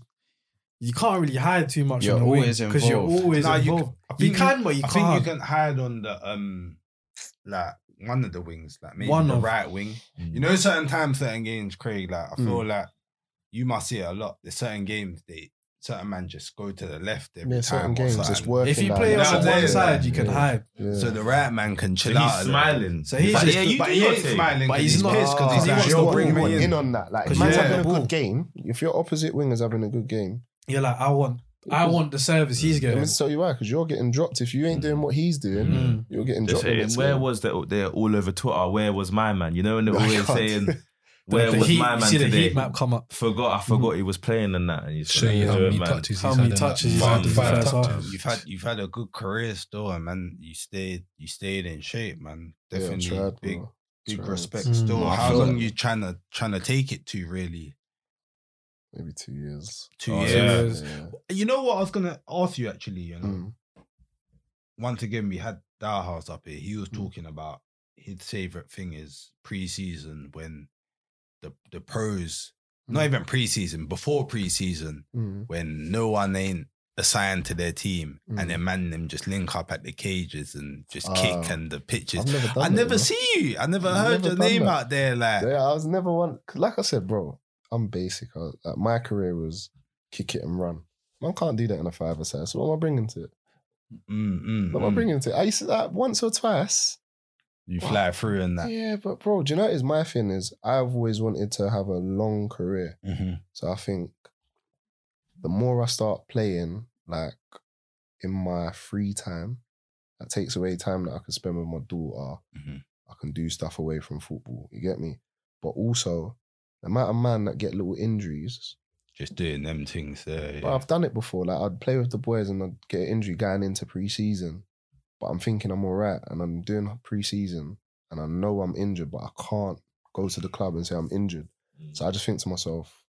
C: you can't really hide too much
E: You're
C: on the wing
E: always
C: because you're
E: involved.
C: always
G: Nah, you
C: involved.
G: I
C: You,
G: think
C: can, but you
G: I think
C: can't.
G: you can hide on the um, like one of the wings, like maybe
C: One
G: the
C: of-
G: right wing.
B: Mm.
G: You know, certain times, certain games, Craig. Like I feel like you must see it a lot. There's certain games they certain man just go to the left every
D: Yeah, certain
G: time.
D: games,
G: or
D: it's
G: something.
D: working.
C: if you
D: like
C: play
D: that.
G: That's
C: on
G: it,
C: one
G: yeah.
C: side, you can hide.
D: Yeah.
G: So the right man can
B: So
G: chill out.
B: he's
G: a little.
B: smiling.
C: So he's
B: Like,
C: just-
B: yeah, you
G: but
B: do
G: he
B: your
G: ain't
B: thing.
G: smiling.
C: But he's
G: he's
C: not-
G: pissed because
C: Ah,
G: he's
C: you
G: like,
C: want
G: "You're
D: you're
C: to
G: bringing
C: bring
G: me
C: him
G: in.
D: in on that. Like, if
C: 'Cause
D: man's
G: yeah.
D: having a good game, if your opposite winger's having a good game,
C: You're like, I want, I want the service he's
D: let me
C: getting.
D: tell you why. Because you're getting dropped. If you ain't doing what he's doing,
C: Mm.
D: you're getting
B: They're
D: dropped. *laughs*
B: saying,
D: in the
B: where
D: team."
C: *laughs*
B: was they? They're all over Twitter. Where was my man? You know, and they're
D: I
B: always
D: can't.
B: saying, Where
C: Oh the
B: was
C: heat-
B: my man
C: see the
B: today?
C: heat map come up.
B: Forgot, I forgot he was playing in that. And he's
F: Show you how many touches
C: How
F: he's
C: many
F: had.
C: touches
F: in
C: he's
F: that.
C: had
F: five,
C: in the
F: five
C: first half.
F: touches.
G: You've had you've had a good career still, and man, you stayed you stayed in shape, man.
D: Yeah,
G: Definitely
D: tried,
G: big
D: bro.
G: big
D: Tried.
G: respect
C: Mm.
G: still.
D: Hmm. I
G: How
D: feel
G: long
D: that.
G: you trying to trying to take it to really?
D: Maybe two years.
G: Two
B: Oh,
G: years.
B: yeah.
D: Yeah.
G: You know what I was gonna ask you actually. You know,
D: Mm.
G: once again we had House up here. He was
D: Mm.
G: talking about his favorite thing is pre-season when the the pros, not
D: Mm.
G: even pre-season, before pre-season
D: Mm.
G: when no one ain't assigned to their team
D: Mm.
G: and then man them just link up at the cages and just
D: Ah.
G: kick and the pitches.
D: I've never done
G: I
D: that,
G: never
D: you know?
G: see you. I never
D: I've
G: heard
D: never
G: your
D: done
G: name
D: that.
G: out there. Like
D: Yeah, I was never one. 'cause Like I said, bro, I'm basic. I, like, my career was kick it and run. Man can't do that in a five a side. So what am I bringing to it?
G: mm, mm,
D: What am I
G: mm.
D: bringing to it? I used to that once or twice.
G: you fly through and that.
D: Yeah, but bro, do you know what is my thing is? I've always wanted to have a long career.
G: Mhm.
D: So I think the more I start playing, like in my free time, that takes away time that I can spend with my daughter.
G: Mhm.
D: I can do stuff away from football. You get me? But also, the amount of man that get little injuries.
G: Just doing them things there.
D: But I've done it before. Like I'd play with the boys and I'd get an injury going into pre-season. But I'm thinking I'm all right and I'm doing pre-season and I know I'm injured, but I can't go to the club and say I'm injured. So I just think to myself,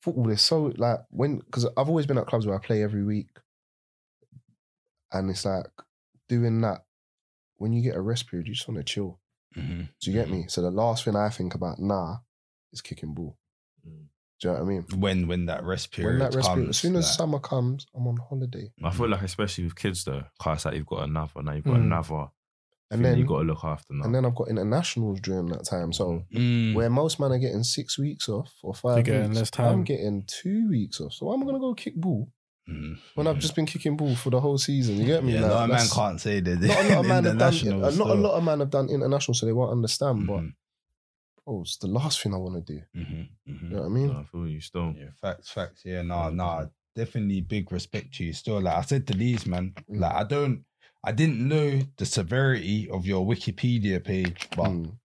D: football is so like when because I've always been at clubs where I play every week, and it's like doing that. When you get a rest period, you just want to chill.
G: hmm
D: Do you get me? So the last thing I think about now is kicking ball. Do you know what I mean?
G: When when that rest
D: when
G: period
D: that rest
G: comes,
D: period, as soon as
G: like,
D: summer comes, I'm on holiday,
B: I feel like, especially with kids though, cause like you've got another, now you've got
C: Mm.
B: another, thing
D: and then
B: you got to look after now.
D: and then I've got internationals during that time. So
G: Mm.
D: where most men are getting six weeks off or
C: They're
D: five
C: getting
D: weeks,
C: less
D: I'm
C: time.
D: getting two weeks off. So why am I gonna go kick ball?
G: Mm.
D: when I've just been kicking ball for the whole season. You get me?
G: yeah,
D: Like,
G: not a man
D: that's-
G: can't say that.
D: Not a lot
G: *laughs*
D: of man have done.
G: international
D: A lot, a
G: still.
D: lot of man have done international, so they won't understand.
G: Mhm,
D: But oh, it's the last thing I want to do.
G: mhm, mhm.
D: You know what I mean?
B: So I feel you still.
G: Yeah, facts, facts. Yeah, nah, nah. Definitely big respect to you still. Like I said to these man,
D: Mm.
G: like I don't I didn't know the severity of your Wikipedia page, but
D: Mm.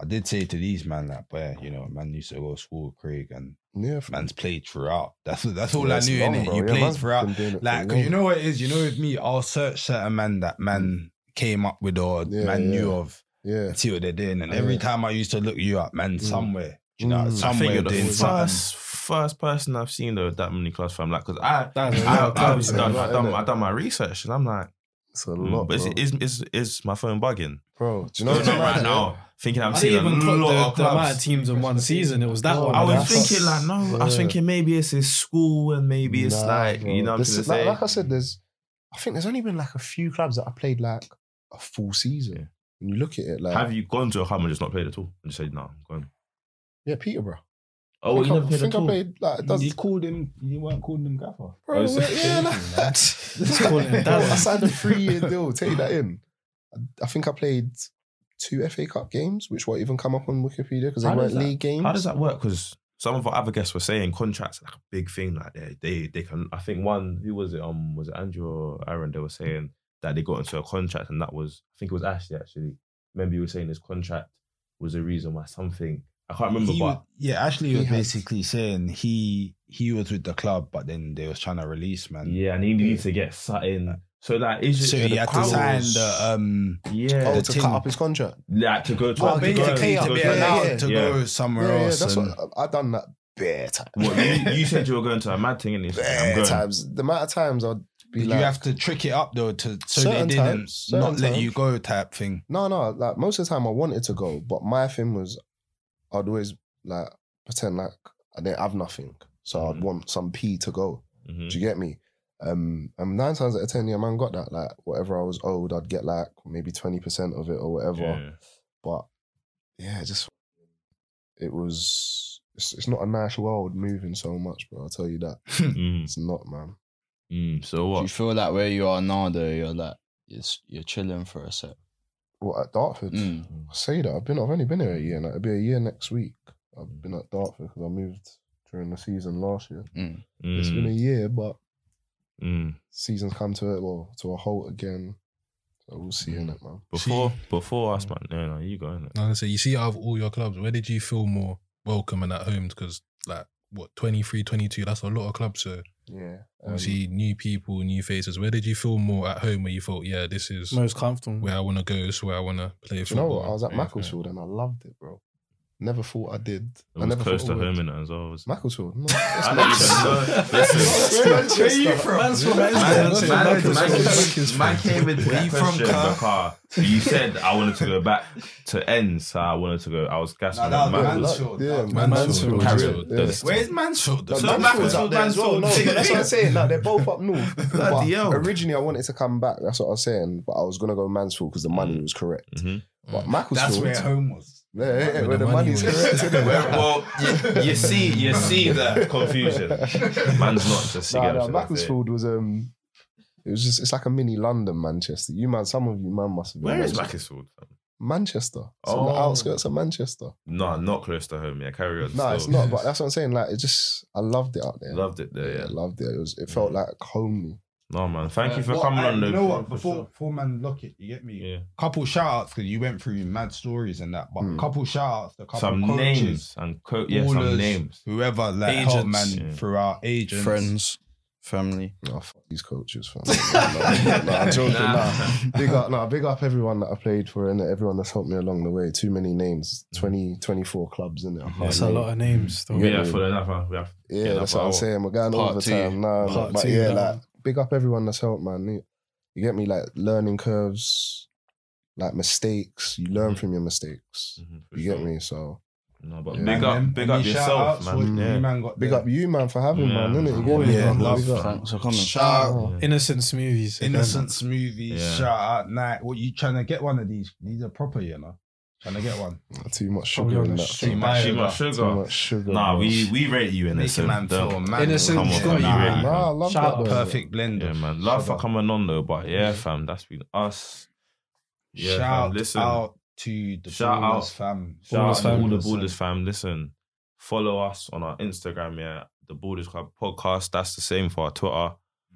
G: I did say to these man like, but you know, man used to go to school with Craig and
D: Yeah, fam.
G: man's played throughout. *laughs* That's that's all
D: Yeah,
G: I
D: it's
G: knew in
D: long,
G: it.
D: bro.
G: You
D: Yeah,
G: played
D: man's
G: throughout.
D: been doing it for
G: Like, 'cause
D: long.
G: you know what it is, you know with me, I'll search certain man that man came up with or
D: Yeah,
G: man knew
D: yeah.
G: of
D: Yeah,
G: and see what they're doing. And
D: Yeah.
G: every time I used to look you up, man,
D: Mm.
G: somewhere. You know,
D: Mm. I
B: I think
G: somewhere
B: you're the
G: doing something.
B: first first person I've seen though with that many class fam. Like, cause I
C: That's
B: I,
C: a lot
B: I,
C: of
B: I,
C: clubs,
B: was
D: It's a
B: done,
D: lot,
B: I done
D: innit?
B: I done my research and I'm like,
D: it's a
B: mm,
D: lot,
B: but
D: bro.
B: is, is is is my phone bugging?
D: bro. Do you know
B: No,
D: what's
B: not right
D: mad, yeah?
B: now. Thinking I'm
C: I didn't
B: seeing a
C: even clock
B: lot of
C: the, the amount of
B: clubs.
C: teams in one season. It was that
D: No,
C: one.
B: I
D: man,
B: was
D: that's-
B: thinking like, no, I was
D: yeah.
B: thinking maybe it's his school and maybe it's
D: Nah,
B: like,
D: bro.
B: you know, what I'm
D: This
B: trying to
D: is- like,
B: say.
D: like I said, there's. I think there's only been like a few clubs that I played like a full season.
B: Yeah.
D: When you look at it, like
B: Have you gone to a club and just not played at all? And just said, no, I'm going.
D: yeah, Peterborough.
B: Oh,
D: I
B: well, you
D: think I-
B: never played
D: I think
B: at
D: I
B: all.
D: played like does,
G: called him. You weren't calling him Gaffer.
D: *laughs* Bro,
B: Oh,
D: yeah,
B: so-
D: yeah, *laughs* nah.
B: *laughs*
C: Just call him
D: Bro,
C: Daz.
D: I signed a three-year deal. Take that in. I- I think I played two FA Cup games, which won't even come up on Wikipedia because they
B: How
D: weren't
B: does that-
D: league games.
B: How does that work? Because some of our other guests were saying contracts are like a big thing. Like they, they, they can. I think one who was it? Um, was it Andrew or Aaron? They were saying that they got into a contract, and that was I think it was Ashley actually. Remember you were saying this contract was the reason why something I can't remember,
G: He
B: but
G: was- yeah, Ashley
D: He
G: was
D: had-
G: basically saying he he was with the club, but then they was trying to release man.
B: yeah, and he needed to get something. So like, is it,
G: So he
B: the
G: had to
B: crowd
G: sign
B: was-
G: the um
B: yeah,
D: Oh,
G: the
D: to
G: team.
D: cut up his contract.
B: like to go to to
D: Oh,
B: go-
D: basically,
B: to
G: to
B: go
G: be
B: to-
D: yeah,
G: allowed
D: yeah.
G: to
B: Yeah.
G: go somewhere
D: yeah, yeah,
G: else.
D: that's
G: and-
D: what I, I done that bare times.
B: What, you, you said you were going to a mad thing, and it's I'm
D: *laughs* bare
B: going.
D: times. The amount of times I'd be
G: you
D: like,
G: have to trick it up though to so they
D: Certain
G: didn't
D: times, certain
G: not let you
D: times.
G: go type thing.
D: no, no. Like most of the time, I wanted to go, but my thing was, I'd always like pretend like I didn't have nothing, so I'd want some P to go.
B: Mhm.
D: Do you get me? Um, and nine times out of ten, yeah, man, got that. Like whatever I was owed, I'd get like maybe twenty percent of it or whatever.
B: Yeah.
D: But yeah, just it was. It's, it's not a nice world moving so much, bro. I'll tell you that
B: Mm,
G: *laughs*
D: it's not, man.
B: mm. So
E: Do you
B: what?
E: feel like where you are now though? You're like you're, s- you're chilling for a sec.
D: Well, at Dartford,
E: Mm.
D: I say that I've been. I've only been here a year, and it'll be a year next week. I've been at Dartford because I moved during the season last year. It's been a
B: Mm,
D: year, but
B: mm.
D: season's come to it. Well, to a halt again. So we'll see in it, man.
B: Before, before us, man. No, no, you go. innit?
F: Honestly, you see, out of all your clubs, where did you feel more welcoming at home because like what 23, 22, that's a lot of clubs. So
D: Yeah. um,
F: obviously new people, new faces. Where did you feel more at home? Where you thought, yeah, this is
C: Most
B: *laughs*
C: comfortable.
F: where I want to go. It's where I want to play
D: Do you know
F: football.
D: what? I was at
F: Yeah,
D: Macclesfield and I loved it, bro. Never thought I did.
B: It
D: I
B: was
D: never
B: close
D: thought
B: to
D: I would.
B: home in it as well. It was- *laughs*
D: Macclesfield. No,
G: *laughs*
B: I don't even know. Listen,
D: That's Manchester.
C: Man's from
B: Man,
C: Manchester.
B: man, man,
F: Macclesfield.
B: man came into that
G: He from
B: question
G: Car- *laughs*
B: because you said I wanted to go back to ends, so I wanted to go. I was gassing
G: Nah,
B: on
G: that was
B: Macclesfield.
G: Macclesfield.
D: Yeah,
F: Mansfield.
D: Mansfield.
G: Macclesfiield's
B: Mansfield.
D: Yeah.
B: That's-
G: Where's Mansfield?
D: No,
G: So
D: Mansfield's
G: Mansfield's
D: up
G: up there as well.
D: No, but that's what I'm saying. Like, they're both up
G: *laughs*
D: north. But
G: Bloody hell.
D: originally, I wanted to come back. That's what I was saying. But I was gonna go Mansfield because the money was correct.
B: Mhm.
D: But
F: Mm.
D: Macclesfield,
G: That's where home was.
D: yeah, yeah, yeah,
F: where
D: where
F: the
D: the
F: money
D: money's
F: was.
D: correct. isn't it?
B: Where- *laughs* well, you, you see, you
D: *laughs*
B: see the confusion. Man's not just. you
D: Nah,
B: get what I'm trying
D: nah,
B: to say.
D: Macclesfield was um, it was just it's like a mini London, Manchester. You man, some of you man must have. been
B: Where is
D: Manchester.
B: Macclesfield?
D: Manchester. It's on the
B: Oh.
D: outskirts of Manchester.
B: No, not close to home. Yeah, carry on.
D: No, it's
B: still.
D: not. But that's what I'm saying. Like, it just I loved it out there.
B: Loved it there. Yeah.
D: loved it. It was. It felt like homely.
B: No, man. Thank you for
G: Well,
B: coming
G: I-
B: on.
G: You
B: the-
G: know what?
B: for
G: Before,
B: sure.
G: before man, lock it. You get me.
B: Yeah.
G: Couple shout outs because you went through mad stories and that, but
D: Hmm.
G: couple shout outs. The couple
B: Some
G: coaches,
B: names and co- yeah, some
G: ballers,
B: names.
G: Whoever like helped man
B: Agents. Yeah.
G: throughout agents,
E: Friends, family. *laughs*
D: Oh, fuck these
B: *laughs*
D: coaches, fam. nah, nah, I'm joking. Nah.
E: *laughs*
D: Big up, nah, big up everyone that I played for and everyone that's helped me along the way. Too many names, 20, 24 clubs in it. I can't
C: That's a
D: name-
C: lot of names. Though.
B: Yeah, for another. We have
D: Yeah,
B: Yeah,
D: that's
B: but
D: what I'm
B: I'll-
D: saying. We're going
E: Part
D: over
E: two.
D: time now.
C: Part
D: but
C: two,
D: yeah,
C: that
D: like
C: one.
D: big up everyone that's helped, man. You, you get me? Like learning curves, like mistakes. You learn
B: Mhm.
D: from your mistakes.
B: Mhm, for
D: You get
B: sure.
D: me? So
B: No, but
D: Yeah.
B: big
G: And then-
B: up, big
G: and
B: up
G: these
B: yourself,
G: shout-outs, what
B: man.
G: you
B: Yeah.
G: man got
D: big
G: there.
D: up you, man, for having
B: Yeah.
D: man, innit? You
B: Oh,
D: get me?
G: yeah,
D: Big
G: love,
D: up. Ah,
E: Thanks for coming.
G: Shout out,
B: Yeah.
C: Innocent smoothies. again.
G: innocent smoothies.
B: Yeah.
G: Shout out, night. What you trying to get one of these? These are proper, you know. Trying to get one.
D: Too much
C: Probably
D: sugar
C: on
D: in
C: the
D: that.
C: street.
G: Too
D: fam.
G: much
B: Too much
D: Too
B: sugar.
D: much sugar.
B: Nah,
D: bro.
B: we we rate you in this.
G: Making man feel man.
C: Innocent
G: Come on,
C: Scotty.
G: nah.
B: Really?
D: Nah, I love
C: Shout
D: that.
C: out.
D: though.
G: Perfect blend.
B: Yeah,
G: of
B: man. Love for
G: sugar.
B: coming on though, but yeah, fam, that's been us. Yeah, fam,
G: Shout
B: listen.
G: out to the
B: Shout
G: Ballers
B: out.
G: fam.
B: Shout out
C: Ballers
B: to all
C: fam.
B: the Borders fam. Listen, follow us on our Instagram. Yeah, the Borders Club podcast. That's the same for our Twitter,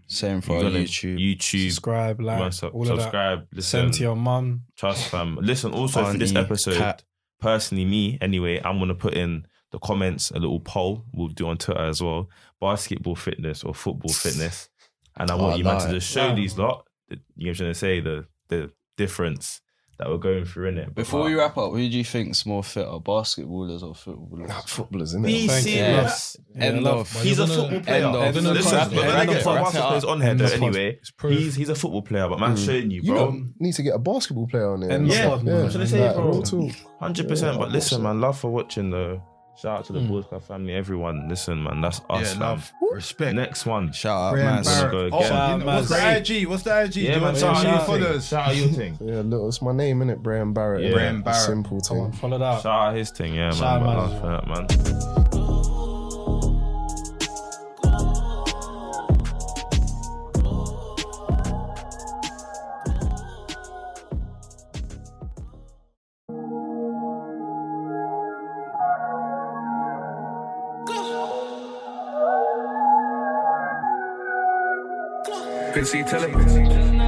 E: Same for
B: You're
E: our
B: gonna-
E: YouTube.
B: YouTube.
C: Subscribe,
B: you
C: like,
B: must sub-
C: all of that.
B: subscribe. Listen,
C: Send to your mum.
B: trust fam. Listen, also for this
E: Barney,
B: episode,
E: Cat.
B: personally, me anyway, I'm gonna put in the comments a little poll. We'll do on Twitter as well. Basketball fitness or
E: *laughs*
B: football fitness, and I want
E: Oh,
B: you man
E: like.
B: to just show
C: Yeah.
B: these lot. The, you know what I'm trying to say the the difference that we're going through in it.
E: Before we wrap up, who do you think's more fitter, basketballers or footballers?
D: Nah, footballers, innit?
B: be
C: Thank you.
B: serious.
C: Yeah,
E: End
C: love.
E: of.
F: Man,
B: He's
F: you're
B: a
F: gonna-
B: football player.
E: End of.
B: Listen,
C: End of
B: listen,
C: crap.
B: we're gonna
E: End
B: get
E: of
B: some
E: crap.
B: basketball players on here
C: End
B: though.
C: of crap.
B: Anyway,
F: It's proof.
B: he's he's a football player, but man,
D: Mm.
B: showing you,
D: You
B: bro,
D: don't need to get a basketball player on there.
C: End the
B: Yeah,
C: pod,
D: yeah.
C: man.
B: that's what I say,
D: Like,
B: bro.
D: real talk.
B: hundred percent.
D: Yeah,
B: But listen,
D: awesome.
B: man, love for watching the. Shout out to the
C: Mm.
B: Boys Club family, everyone. Listen, man, that's
G: Yeah,
B: us. man.
G: love, respect.
B: Next one.
E: Shout out,
G: Graham
E: man.
B: Barrett.
G: Barrett.
B: go
G: Oh,
B: again.
G: you know, what's
C: Shout out,
G: the IG? What's the IG?
B: Yeah,
G: Do
B: man,
G: you
B: shout out
G: want
B: your
G: to
B: thing.
G: followers?
B: Shout out your thing.
D: Yeah, look, it's my name, innit? Bram Barrett.
B: Yeah.
D: innit?
G: Bram
D: A
G: Barrett.
D: Simple
C: Come
D: thing.
C: on, follow that.
B: Shout out his thing, yeah, man.
C: Shout out
B: but
C: man.
B: love for that, man.
A: Quincy Tilley.